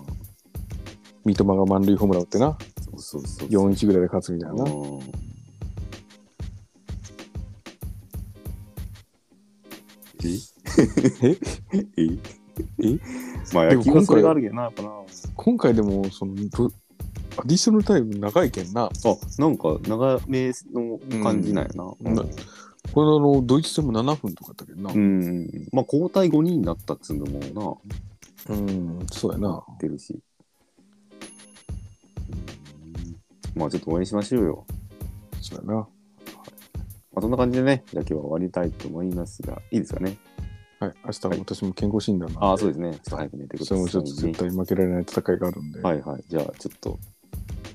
S2: 三笘が満塁ホームラン打ってな、
S1: そうそうそう。
S2: 4-1ぐらいで勝つみたいな。
S1: うん
S2: え
S1: [LAUGHS] ええまあ
S2: で
S1: 野
S2: も
S1: 球は
S2: 今
S1: それ
S2: 回
S1: があ
S2: は
S1: るけどな、やっぱな。あ、
S2: 今回でも、その、ぶアディショナルタイム長いけんな。
S1: なんか長めの感じなんやな。
S2: うんこれあの、ドイツ戦も7分とかだったけどな
S1: う。ん、まあ交代5人になったっつうのも
S2: うん、そうや
S1: な、
S2: な。
S1: 出るし。まあちょっと応援しましょうよ。
S2: そうやな。
S1: まあ、そんな感じでね、じゃあ今日は終わりたいと思いますが、いいですかね。
S2: はい、明日も私も健康診断なんで
S1: ああ、そうですね。ちょっと早く寝てくださ
S2: そ
S1: い、
S2: れ
S1: ね
S2: も。ちょっと絶対負けられない戦いがあるんで。
S1: はいはい。じゃあちょっと、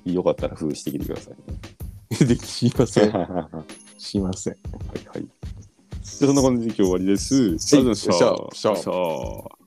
S1: よかったら封してきてください、 [LAUGHS] ね。
S2: [LAUGHS] ですいません。
S1: は
S2: すいません。
S1: いはい。じゃあそんな感じで今日終わりです。ありがとうございました。
S2: シャーシャー
S1: シャー